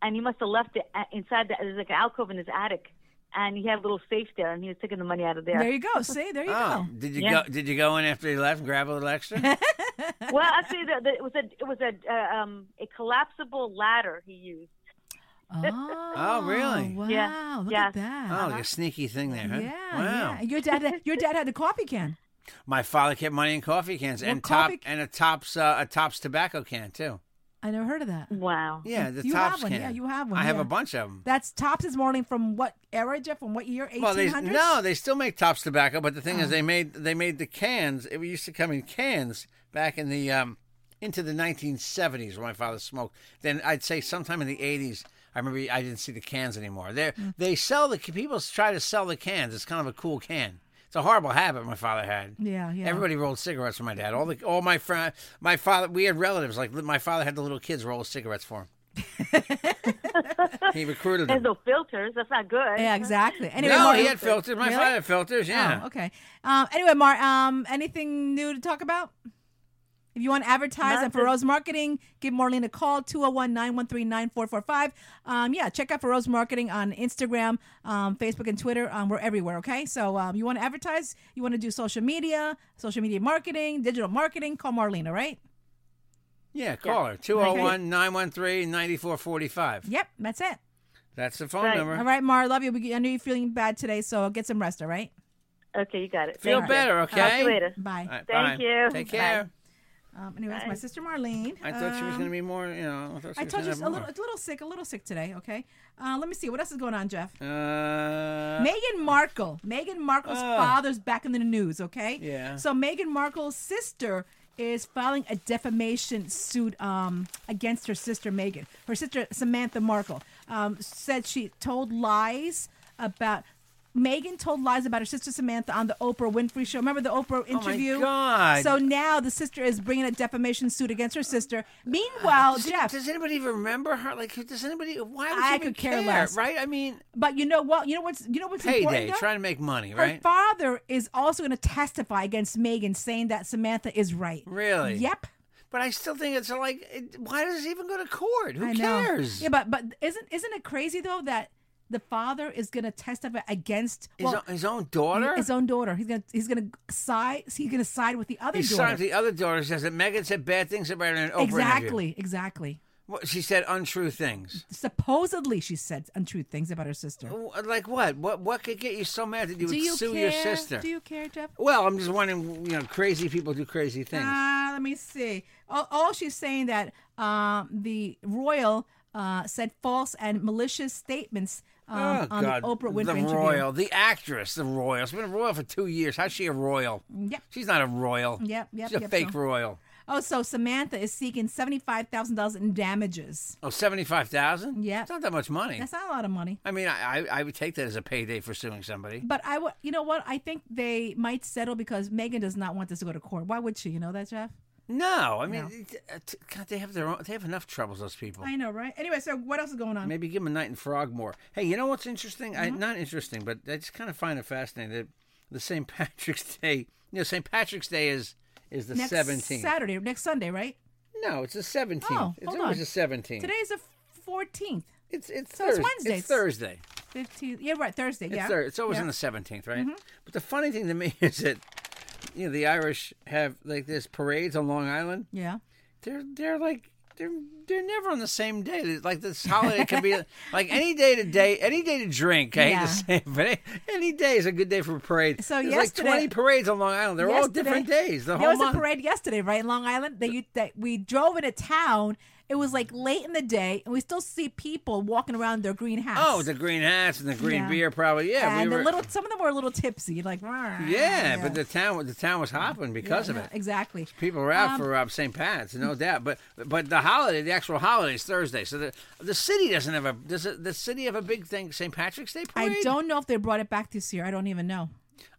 Speaker 7: and he must have left it a- inside. The, there's like an alcove in his attic, and he had a little safe there, and he was taking the money out of there.
Speaker 2: There you go. See, there you
Speaker 1: Oh, did you go?
Speaker 7: Yeah.
Speaker 1: Did you go in after you left and grab a little extra? Oh,
Speaker 7: well, actually, the, the, it was a it was a uh, um, a collapsible ladder he used.
Speaker 2: go. Oh,
Speaker 1: Oh, really?
Speaker 2: Wow.
Speaker 7: Yeah.
Speaker 2: Look
Speaker 7: Yeah.
Speaker 2: at that.
Speaker 1: oh, you sneaky thing there, huh?
Speaker 2: Uh-huh. Yeah,
Speaker 1: Wow.
Speaker 2: yeah. Your dad, your dad had the coffee can.
Speaker 1: My father kept money in coffee cans
Speaker 2: Well,
Speaker 1: and
Speaker 2: coffee-
Speaker 1: top and a tops uh, a tops tobacco can too.
Speaker 2: I never heard of that.
Speaker 7: Wow.
Speaker 1: Yeah, the
Speaker 2: Oh, you
Speaker 1: tops
Speaker 2: have one.
Speaker 1: can.
Speaker 2: Yeah, you have one.
Speaker 1: I have
Speaker 2: yeah.
Speaker 1: a bunch of them.
Speaker 2: That's tops is morning from what era, Jeff? From what year?
Speaker 1: Well, they,
Speaker 2: 1800s?
Speaker 1: no, they still make Tops tobacco, but the thing
Speaker 2: Oh.
Speaker 1: is, they made they made the cans. It used to come in cans back in the um, into the 1970s when my father smoked. Then I'd say sometime in the 80s, I remember I didn't see the cans anymore. They
Speaker 2: Mm.
Speaker 1: they sell the people try to sell the cans. It's kind of a cool can. It's a horrible habit my father had.
Speaker 2: Yeah, yeah.
Speaker 1: Everybody rolled cigarettes for my dad. All the all my friend, my father. We had relatives like my father had the little kids roll cigarettes for him. he recruited
Speaker 7: There's
Speaker 1: them.
Speaker 7: no filters. That's not good.
Speaker 2: Yeah, exactly. Anyway,
Speaker 1: no,
Speaker 2: Mark-
Speaker 1: he had filters. My
Speaker 2: Really?
Speaker 1: father had filters. Yeah.
Speaker 2: Oh, okay. Um, anyway, Mar, um, anything new to talk about? If you want to advertise on
Speaker 7: Nothing.
Speaker 2: Feroz Marketing, give Marlene a call, 201-913-9445. Um, yeah, check out Feroz Marketing on Instagram, um, Facebook, and Twitter. Um, we're everywhere, okay? So um, you want to advertise, you want to do social media, social media marketing, digital marketing, call Marlene, all right?
Speaker 1: Yeah, oh call her 201 913 9445.
Speaker 2: Yep, that's it.
Speaker 1: That's the phone
Speaker 7: Right.
Speaker 1: number.
Speaker 2: All right, Mar, love you. We- I know you're feeling bad today, so get some rest, all right?
Speaker 7: Okay, you got it.
Speaker 1: Feel
Speaker 7: Thank you.
Speaker 1: better, okay?
Speaker 7: Talk to you later.
Speaker 2: Bye.
Speaker 1: All right,
Speaker 7: Thank
Speaker 1: bye.
Speaker 7: you.
Speaker 1: Take
Speaker 7: Bye.
Speaker 1: care.
Speaker 2: Um, anyway, that's my
Speaker 7: Bye.
Speaker 2: sister Marlene.
Speaker 1: I thought she was
Speaker 2: Um,
Speaker 1: going to be more, you know. I, thought she
Speaker 2: I
Speaker 1: was
Speaker 2: told you
Speaker 1: gonna
Speaker 2: she's a
Speaker 1: have
Speaker 2: little, a little sick, a little sick today. Okay, uh, let me see what else is going on, Jeff.
Speaker 1: more. Uh,
Speaker 2: Meghan Markle. Meghan Markle's
Speaker 1: Ah.
Speaker 2: father's back in the news. Okay.
Speaker 1: Yeah.
Speaker 2: So Meghan Markle's sister is filing a defamation suit um, against her sister Meghan. Her sister Samantha Markle um, said she told lies about. Megan told lies about her sister Samantha on the Oprah Winfrey show. Remember the Oprah interview?
Speaker 1: Oh God.
Speaker 2: So now the sister is bringing a defamation suit against her sister. Meanwhile,
Speaker 1: does,
Speaker 2: Jeff,
Speaker 1: does anybody even remember her? Like, does anybody? Why would
Speaker 2: I
Speaker 1: you even
Speaker 2: could care less.
Speaker 1: Right? I mean,
Speaker 2: But you know what? You know what's you know what's
Speaker 1: payday,
Speaker 2: important. though?
Speaker 1: trying to make money,
Speaker 2: Her
Speaker 1: right?
Speaker 2: father is also going to testify against Megan, saying that Samantha is right.
Speaker 1: Really?
Speaker 2: Yep.
Speaker 1: But I still think it's like, it, why does it even go to court? Who
Speaker 2: I know.
Speaker 1: cares?
Speaker 2: Yeah, but but isn't isn't it crazy though that the father is going to testify against
Speaker 1: his,
Speaker 2: well,
Speaker 1: own, his own daughter?
Speaker 2: his own daughter? He's going to he's going to side he's going to side with the other
Speaker 1: he
Speaker 2: daughter.
Speaker 1: signed the other daughter says that Megan said bad things about her in an Oprah interview.
Speaker 2: exactly. Exactly.
Speaker 1: What- She said untrue things.
Speaker 2: Supposedly, she said untrue things about her sister.
Speaker 1: Wh- Like what? What? What could get you so mad that you
Speaker 2: Do
Speaker 1: would
Speaker 2: you
Speaker 1: sue
Speaker 2: care?
Speaker 1: your sister?
Speaker 2: Do you care, Jeff?
Speaker 1: well, I'm just wondering. You know, crazy people do crazy things.
Speaker 2: Uh, let me see. Oh, oh she's saying that um, the royal uh, said false and malicious statements um,
Speaker 1: oh
Speaker 2: on
Speaker 1: God!
Speaker 2: the Oprah Winfrey
Speaker 1: the
Speaker 2: interview.
Speaker 1: royal, the actress, the royal. She's been a royal for two years. How's she a royal?
Speaker 2: Yep.
Speaker 1: She's not a royal.
Speaker 2: Yep, yep,
Speaker 1: She's a
Speaker 2: yep,
Speaker 1: fake
Speaker 2: so-
Speaker 1: royal.
Speaker 2: Oh, so Samantha is seeking seventy-five thousand dollars in damages.
Speaker 1: Oh, seventy-five thousand.
Speaker 2: Yep.
Speaker 1: It's not that much money.
Speaker 2: That's not Mm. a lot of money.
Speaker 1: I mean, I, I I would take that as a payday for suing somebody.
Speaker 2: But I would, you know what? I think they might settle because Megan does not want this to go to court. Why would she? You know that, Jeff?
Speaker 1: No, I mean, it- uh, t- God, they have their own. They have enough troubles. Those people.
Speaker 2: I know, right? Anyway, so what else is going on?
Speaker 1: Oh. Maybe give him a night in Frogmore. Hey, you know what's interesting? I,
Speaker 2: Mm-hmm.
Speaker 1: not interesting, but I just kind of find it fascinating that the St. Patrick's Day. You know, St. Patrick's Day is is the
Speaker 2: next
Speaker 1: 17th.
Speaker 2: Saturday, next Sunday, right?
Speaker 1: No, it's the 17th.
Speaker 2: Oh,
Speaker 1: it's
Speaker 2: hold
Speaker 1: always
Speaker 2: on.
Speaker 1: the 17th.
Speaker 2: Today's the fourteenth,
Speaker 1: it's it's
Speaker 2: so it's
Speaker 1: Thurs-
Speaker 2: Wednesday.
Speaker 1: It's Thursday.
Speaker 2: fifteenth. Yeah, right. Thursday.
Speaker 1: It's,
Speaker 2: yeah.
Speaker 1: Thur- it's always
Speaker 2: yeah. Mm-hmm.
Speaker 1: on the 17th, right? But the funny thing to me is that you know the Irish have like this parades on Long Island.
Speaker 2: Yeah.
Speaker 1: They're they're like. They're, they're never on the same day. It's Like this holiday can be like any day to day, any day to drink. I
Speaker 2: Yeah.
Speaker 1: hate to say it, but any, any day is a good day for a parade.
Speaker 2: So
Speaker 1: There's
Speaker 2: yesterday-
Speaker 1: like twenty parades on Long Island. They're all different
Speaker 2: Yesterday-
Speaker 1: days. The
Speaker 2: there
Speaker 1: whole
Speaker 2: was
Speaker 1: month.
Speaker 2: a parade yesterday, right in Long Island. That you that we drove into town. It was like late in the day, and we still see people walking around their green hats.
Speaker 1: Oh, the green hats and the green
Speaker 2: Yeah.
Speaker 1: beer, probably. Yeah, we
Speaker 2: and the
Speaker 1: were.
Speaker 2: little some of them were a little tipsy, like
Speaker 1: yeah, but the town the town was hopping because of it.
Speaker 2: exactly.
Speaker 1: People were out
Speaker 2: Um,
Speaker 1: for uh, St. Pat's, no doubt. But but the holiday, the actual holiday is Thursday. So the the city doesn't have a does it, the city have a big thing St. Patrick's Day parade?
Speaker 2: I don't know if they brought it back this year. I don't even know.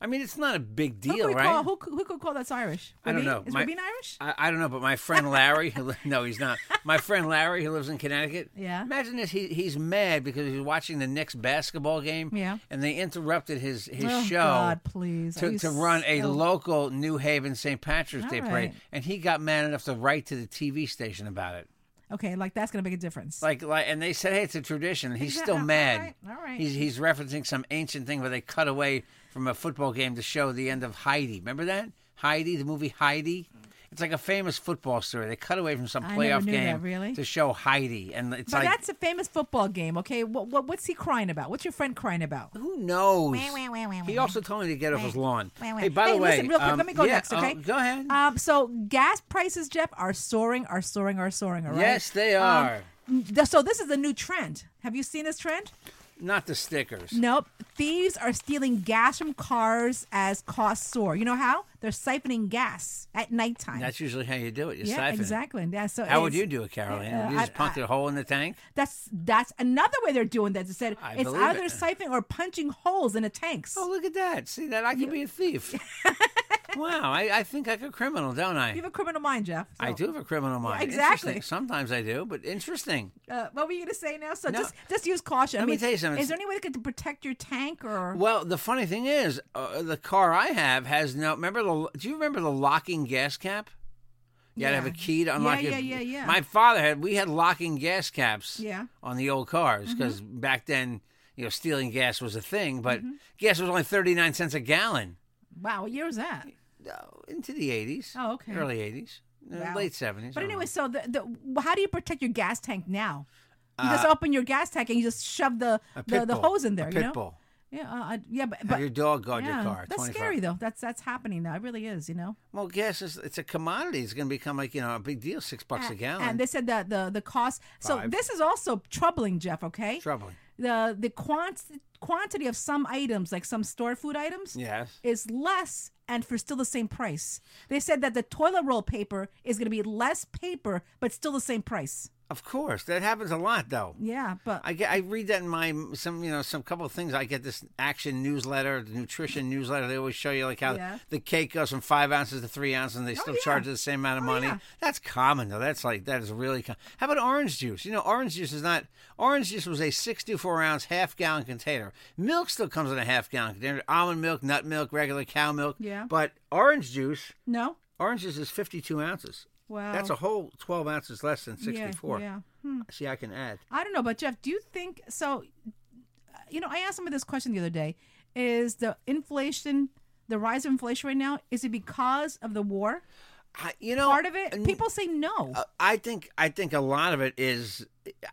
Speaker 1: I mean, it's not a big
Speaker 2: Who
Speaker 1: deal,
Speaker 2: could we
Speaker 1: right?
Speaker 2: call, who, could- who could call that's Irish?
Speaker 1: I don't
Speaker 2: Rabin?
Speaker 1: know.
Speaker 2: Is
Speaker 1: My-
Speaker 2: Rabin Irish?
Speaker 1: I, I don't know, but my friend Larry, who, li- no, he's not. My friend Larry, who lives in Connecticut.
Speaker 2: Yeah.
Speaker 1: Imagine this. He, he's mad because he's watching the Knicks basketball game.
Speaker 2: Yeah.
Speaker 1: And they interrupted his, his
Speaker 2: Oh,
Speaker 1: show.
Speaker 2: God, please. Are
Speaker 1: To,
Speaker 2: you
Speaker 1: to run a
Speaker 2: so-
Speaker 1: local New Haven St. Patrick's
Speaker 2: All
Speaker 1: Day
Speaker 2: right.
Speaker 1: parade. And he got mad enough to write to the TV station about it.
Speaker 2: Okay, like that's gonna make a difference.
Speaker 1: Like, like, and they said, "Hey, it's a tradition." He's
Speaker 2: Exa-
Speaker 1: still
Speaker 2: all
Speaker 1: mad.
Speaker 2: right, all right.
Speaker 1: He's he's referencing some ancient thing where they cut away from a football game to show the end of Heidi. Remember that Heidi, the movie Heidi. It's It's like a famous football story. They cut away from some
Speaker 2: I
Speaker 1: playoff
Speaker 2: never knew
Speaker 1: game
Speaker 2: that, really.
Speaker 1: to show Heidi, and it's
Speaker 2: but
Speaker 1: like
Speaker 2: that's a famous football game, okay? What, what what's he crying about? What's your friend crying about?
Speaker 1: Who knows?
Speaker 2: Wah, wah, wah, wah,
Speaker 1: He
Speaker 2: wah.
Speaker 1: also told me to get off his lawn.
Speaker 2: Wait, wait.
Speaker 1: Hey, by the way,
Speaker 2: listen, real quick,
Speaker 1: um,
Speaker 2: let me go
Speaker 1: yeah,
Speaker 2: next,
Speaker 1: uh,
Speaker 2: okay?
Speaker 1: go ahead.
Speaker 2: Um, so gas prices, Jeff, are soaring, are soaring, are soaring. All right.
Speaker 1: Yes, they
Speaker 2: Um,
Speaker 1: are.
Speaker 2: th- so this is a new trend. Have you seen this trend?
Speaker 1: Not the stickers.
Speaker 2: Nope. Thieves are stealing gas from cars as costs soar. You know how? They're siphoning gas at nighttime.
Speaker 1: That's usually how you do it. You
Speaker 2: yeah,
Speaker 1: siphon it.
Speaker 2: exactly. And Yeah, so
Speaker 1: How would
Speaker 2: it's-
Speaker 1: you do it, Caroline?
Speaker 2: Uh,
Speaker 1: Would you just
Speaker 2: I-
Speaker 1: punch a hole in the tank?
Speaker 2: That's that's another way they're doing that. They said
Speaker 1: I
Speaker 2: it's
Speaker 1: believe
Speaker 2: either
Speaker 1: it.
Speaker 2: siphoning or punching holes in the tanks.
Speaker 1: Oh, look at that. See that? I could be a thief. wow, I, I think like a criminal, don't I?
Speaker 2: You have a criminal mind, Jeff.
Speaker 1: I do have a criminal mind.
Speaker 2: exactly.
Speaker 1: Interesting. Sometimes I do, but interesting.
Speaker 2: Uh, what were you going to say now? So
Speaker 1: No.
Speaker 2: just just use caution. I
Speaker 1: Let me
Speaker 2: mean,
Speaker 1: tell you something.
Speaker 2: Is there any way to protect your tank or?
Speaker 1: Well, the funny thing is, uh, the car I have has no. Remember the? Do you remember the locking gas cap? You had to have
Speaker 2: Yeah.
Speaker 1: a key to
Speaker 2: Yeah,
Speaker 1: unlock
Speaker 2: yeah,
Speaker 1: it.
Speaker 2: yeah, yeah.
Speaker 1: My father had. We had locking gas caps.
Speaker 2: Yeah. Mm-hmm.
Speaker 1: On the old cars because back then, you know, stealing gas was a thing, but
Speaker 2: Mm-hmm.
Speaker 1: gas was only thirty nine cents a gallon.
Speaker 2: Wow, what year was that?
Speaker 1: No, into the eighties.
Speaker 2: Oh, okay.
Speaker 1: Early eighties, Uh,
Speaker 2: Wow.
Speaker 1: late seventies.
Speaker 2: But anyway, so the, the how do you protect your gas tank now? You just open your gas tank and you just shove the
Speaker 1: Uh, a pit
Speaker 2: the, the
Speaker 1: bull.
Speaker 2: hose in
Speaker 1: A
Speaker 2: there.
Speaker 1: pit
Speaker 2: you know?
Speaker 1: bull.
Speaker 2: Yeah, uh, I- yeah, but,
Speaker 1: Have
Speaker 2: but
Speaker 1: your dog guard
Speaker 2: yeah,
Speaker 1: your car.
Speaker 2: that's
Speaker 1: 24
Speaker 2: scary though. That's that's happening now. It really is. You know.
Speaker 1: Well, gas is it's a commodity. It's going to become like you know a big deal, six bucks a
Speaker 2: And-
Speaker 1: gallon.
Speaker 2: And they said that the the cost. So
Speaker 1: Five.
Speaker 2: this is also troubling, Jeff. Okay.
Speaker 1: troubling.
Speaker 2: The the quant- quantity of some items, like some store food items,
Speaker 1: Yes.
Speaker 2: is less and for still the same price. They said that the toilet roll paper is going to be less paper, but still the same price.
Speaker 1: Of course, that happens a lot, though.
Speaker 2: Yeah, but
Speaker 1: I get, I read that in my some you know some couple of things. I get this action newsletter, the nutrition newsletter. They always show you like how
Speaker 2: Yeah. Oh,
Speaker 1: the cake goes from five ounces to three ounces, and they still
Speaker 2: yeah.
Speaker 1: charge you the same amount of
Speaker 2: Oh,
Speaker 1: money.
Speaker 2: yeah.
Speaker 1: That's common though. That's like that is really common. How about orange juice? You know, orange juice is not orange juice was a sixty-four ounce half gallon container. Milk still comes in a half gallon container. Almond milk, nut milk, regular cow milk.
Speaker 2: Yeah.
Speaker 1: But orange juice,
Speaker 2: no.
Speaker 1: orange juice is fifty-two ounces.
Speaker 2: Wow.
Speaker 1: That's a whole twelve ounces less than sixty-four.
Speaker 2: Yeah, yeah.
Speaker 1: See, I can add.
Speaker 2: I don't know, but Jeff, do you think so? uh, You know, I asked somebody this question the other day: Is the inflation, the rise of inflation right now, is it because of the war?
Speaker 1: I- you know
Speaker 2: Part of it,
Speaker 1: n-
Speaker 2: people say no.
Speaker 1: Oh, uh, i think i think a lot of it is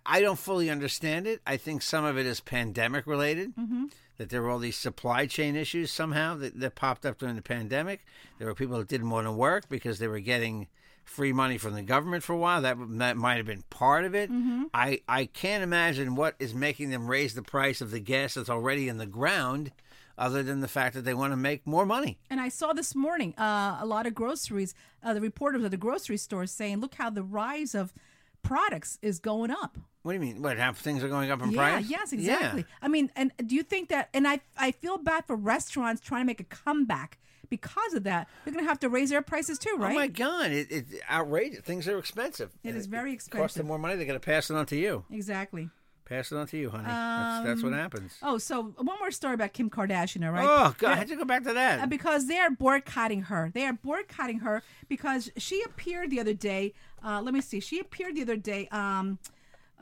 Speaker 1: i don't fully understand it i think some of it is pandemic related
Speaker 2: Mm-hmm.
Speaker 1: that there were all these supply chain issues somehow that, that popped up during the pandemic there were people that didn't want to work because they were getting free money from the government for a while that, that might have been part of it
Speaker 2: Mm-hmm.
Speaker 1: i i can't imagine what is making them raise the price of the gas that's already in the ground other than the fact that they want to make more money
Speaker 2: And I saw this morning uh, a lot of groceries, uh, the reporters at the grocery stores saying, "Look how the rise of products is going up."
Speaker 1: what do you mean what half things are going up in
Speaker 2: yeah,
Speaker 1: price
Speaker 2: Yes,
Speaker 1: Yeah.
Speaker 2: exactly. I mean, and do you think that? And I, I feel bad for restaurants trying to make a comeback because of that. They're going to have to raise their prices too, right?
Speaker 1: Oh my God! It, it outrageous. Things are expensive.
Speaker 2: It
Speaker 1: And
Speaker 2: is very
Speaker 1: Cost
Speaker 2: expensive.
Speaker 1: them more money. They got to pass it on to you.
Speaker 2: Exactly.
Speaker 1: Pass it on to you, honey. that's, that's what happens.
Speaker 2: Oh, so one more story about Kim Kardashian, all right?
Speaker 1: Oh God! How'd you go back to that?
Speaker 2: Uh, because they are boycotting her. They are boycotting her because she appeared the other day. Uh, let me see. She appeared the other day. Um,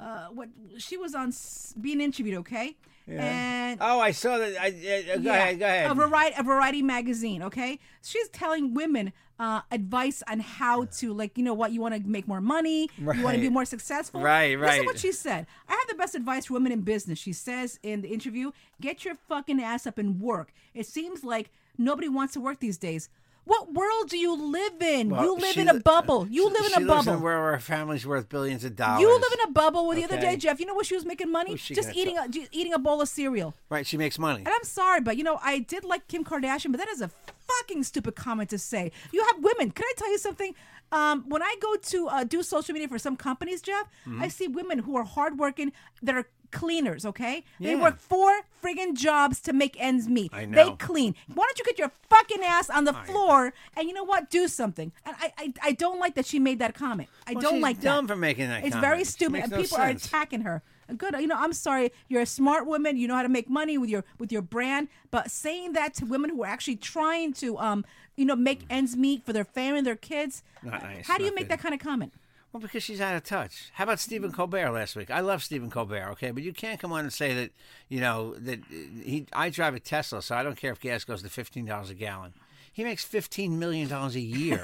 Speaker 2: uh, what she was on s- being interviewed, okay? And
Speaker 1: oh, I saw that. I, I, I- go
Speaker 2: Yeah. Oh,
Speaker 1: ahead. Go ahead.
Speaker 2: A variety, a variety magazine. Okay, she's telling women uh, advice on how to, like, you know, what you want to make more money, you want to be
Speaker 1: Right.
Speaker 2: more successful.
Speaker 1: Right,
Speaker 2: Listen
Speaker 1: right.
Speaker 2: to what she said. I have the best advice for women in business. She says in the interview, "Get your fucking ass up and work." It seems like nobody wants to work these days. What world do you live in? you
Speaker 1: Well,
Speaker 2: live
Speaker 1: she
Speaker 2: in a
Speaker 1: li-
Speaker 2: bubble. You
Speaker 1: she-
Speaker 2: live in
Speaker 1: she
Speaker 2: a
Speaker 1: lives
Speaker 2: bubble.
Speaker 1: where our family's worth billions of dollars.
Speaker 2: you live in a bubble. Well, the other
Speaker 1: Okay.
Speaker 2: day, Jeff, you know what she was making money?
Speaker 1: Who's she
Speaker 2: Just
Speaker 1: gonna
Speaker 2: eating a, ju- eating a bowl of cereal.
Speaker 1: right. She makes money.
Speaker 2: And I'm sorry, but you know, I did like Kim Kardashian, but that is a fucking stupid comment to say. You have women. Can I tell you something? Um, when I go to uh, do social media for some companies, Jeff,
Speaker 1: Mm-hmm.
Speaker 2: I see women who are hardworking that are cleaners. Okay, they
Speaker 1: Yeah.
Speaker 2: work four friggin' jobs to make ends meet.
Speaker 1: I
Speaker 2: They
Speaker 1: know.
Speaker 2: clean. Why don't you get your fucking ass on the floor and you know what? Do something. And I, I, I don't like that she made that comment. I
Speaker 1: Well,
Speaker 2: don't
Speaker 1: she's
Speaker 2: like
Speaker 1: dumb
Speaker 2: that.
Speaker 1: for making that
Speaker 2: It's
Speaker 1: comment.
Speaker 2: very
Speaker 1: It
Speaker 2: stupid,
Speaker 1: makes
Speaker 2: and
Speaker 1: no
Speaker 2: people are
Speaker 1: sense.
Speaker 2: attacking her. Good, you know. I'm sorry. You're a smart woman. You know how to make money with your with your brand. But saying that to women who are actually trying to, um, you know, make ends meet for their family, their kids.
Speaker 1: Not nice,
Speaker 2: How do you
Speaker 1: not
Speaker 2: make
Speaker 1: good.
Speaker 2: that kind of comment?
Speaker 1: Well, because she's out of touch. How about Stephen Colbert last week? I love Stephen Colbert, okay, but you can't come on and say that you know that uh, he. I drive a Tesla, so I don't care if gas goes to fifteen dollars a gallon. He makes fifteen million dollars a year.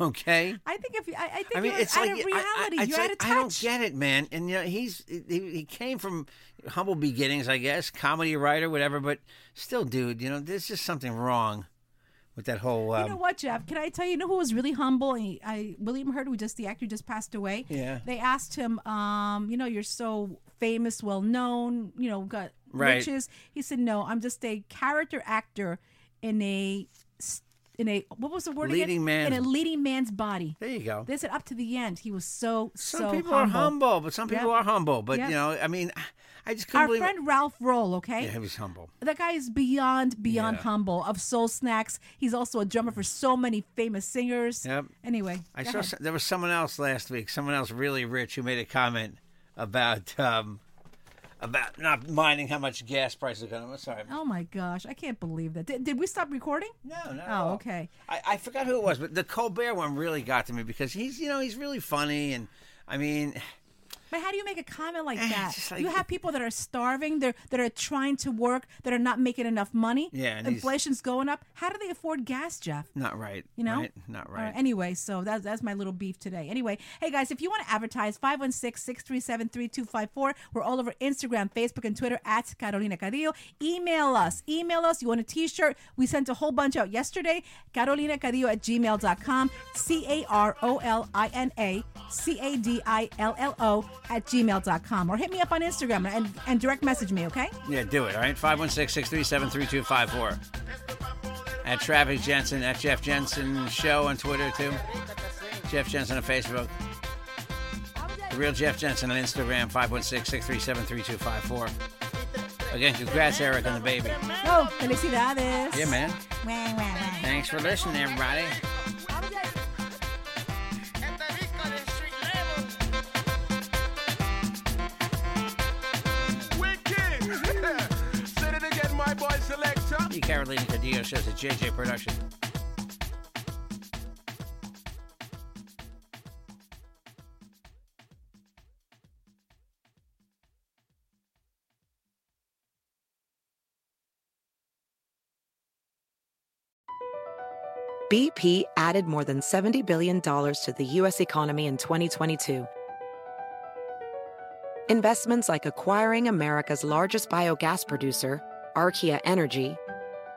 Speaker 1: Okay.
Speaker 2: I think if I, I think I mean, it's out like, of reality.
Speaker 1: I, I, it's
Speaker 2: you're
Speaker 1: like,
Speaker 2: out of touch.
Speaker 1: I don't get it, man. And you know, he's he, he came from humble beginnings, I guess, comedy writer, whatever. But still, dude, you know, there's just something wrong with that whole. Um,
Speaker 2: You know what, Jeff? Can I tell you? You know who was really humble? And he, I William Hurt, who just the actor who just passed away.
Speaker 1: Yeah.
Speaker 2: They asked him, um, you know, you're so famous, well known, you know, got
Speaker 1: Right.
Speaker 2: riches. He said, no, I'm just a character actor in a s- in a what was the word? again?
Speaker 1: Leading man.
Speaker 2: in a leading man's body.
Speaker 1: There you go.
Speaker 2: They said up to the end, he was so
Speaker 1: some
Speaker 2: so
Speaker 1: people
Speaker 2: humble.
Speaker 1: are humble, but some people
Speaker 2: Yep.
Speaker 1: are humble. But
Speaker 2: Yep.
Speaker 1: you know, I mean, I- I just couldn't
Speaker 2: Our
Speaker 1: believe.
Speaker 2: friend Ralph Roll, okay?
Speaker 1: yeah, he was humble.
Speaker 2: That guy is beyond, beyond
Speaker 1: Yeah.
Speaker 2: humble of Soul Snacks. He's also a drummer for so many famous singers.
Speaker 1: Yep.
Speaker 2: Anyway,
Speaker 1: I
Speaker 2: go
Speaker 1: saw
Speaker 2: ahead.
Speaker 1: some, there was someone else last week, someone else really rich who made a comment about um, about not minding how much gas prices are going. I'm sorry.
Speaker 2: Oh my gosh, I can't believe that. Did, did we stop recording?
Speaker 1: No, no.
Speaker 2: Oh, okay.
Speaker 1: I, I forgot who it was, but the Colbert one really got to me because he's you know he's really funny and I mean
Speaker 2: But how do you make a comment like
Speaker 1: Eh, it's
Speaker 2: that?
Speaker 1: just like-
Speaker 2: you have people that are starving, they're, that are trying to work, that are not making enough money.
Speaker 1: Yeah, and he's-
Speaker 2: Inflation's going up. How do they afford gas, Jeff?
Speaker 1: not right.
Speaker 2: You know?
Speaker 1: right? not
Speaker 2: All right,
Speaker 1: right.
Speaker 2: anyway, so that's that's my little beef today. Anyway, hey guys, if you want to advertise, 516-637-3254. We're all over Instagram, Facebook, and Twitter at Carolina Cadillo. Email us. Email us. You want a t-shirt? We sent a whole bunch out yesterday. Carolina Cadillo at gmail.com. C-A-R-O-L-I-N-A C-A-D-I-L-L-O at gmail.com. Or hit me up on Instagram and, and direct message me, okay?
Speaker 1: Yeah, do it. All right, five one six six three seven three two five four. At Travis Jensen, at Jeff Jensen Show on Twitter too. Jeff Jensen on Facebook. The real Jeff Jensen on Instagram, 516-637-3254. Again, congrats, Eric, on the baby.
Speaker 2: Oh, felicidades.
Speaker 1: Yeah, man.
Speaker 2: Wah, wah, wah.
Speaker 1: Thanks for listening, everybody.
Speaker 3: Wicked! Say it again, my boy selector.
Speaker 1: The Carolina Cadillo Show's a JJ production.
Speaker 8: BP added more than $70 billion to the U.S. economy in 2022. Investments like acquiring America's largest biogas producer, Archaea Energy,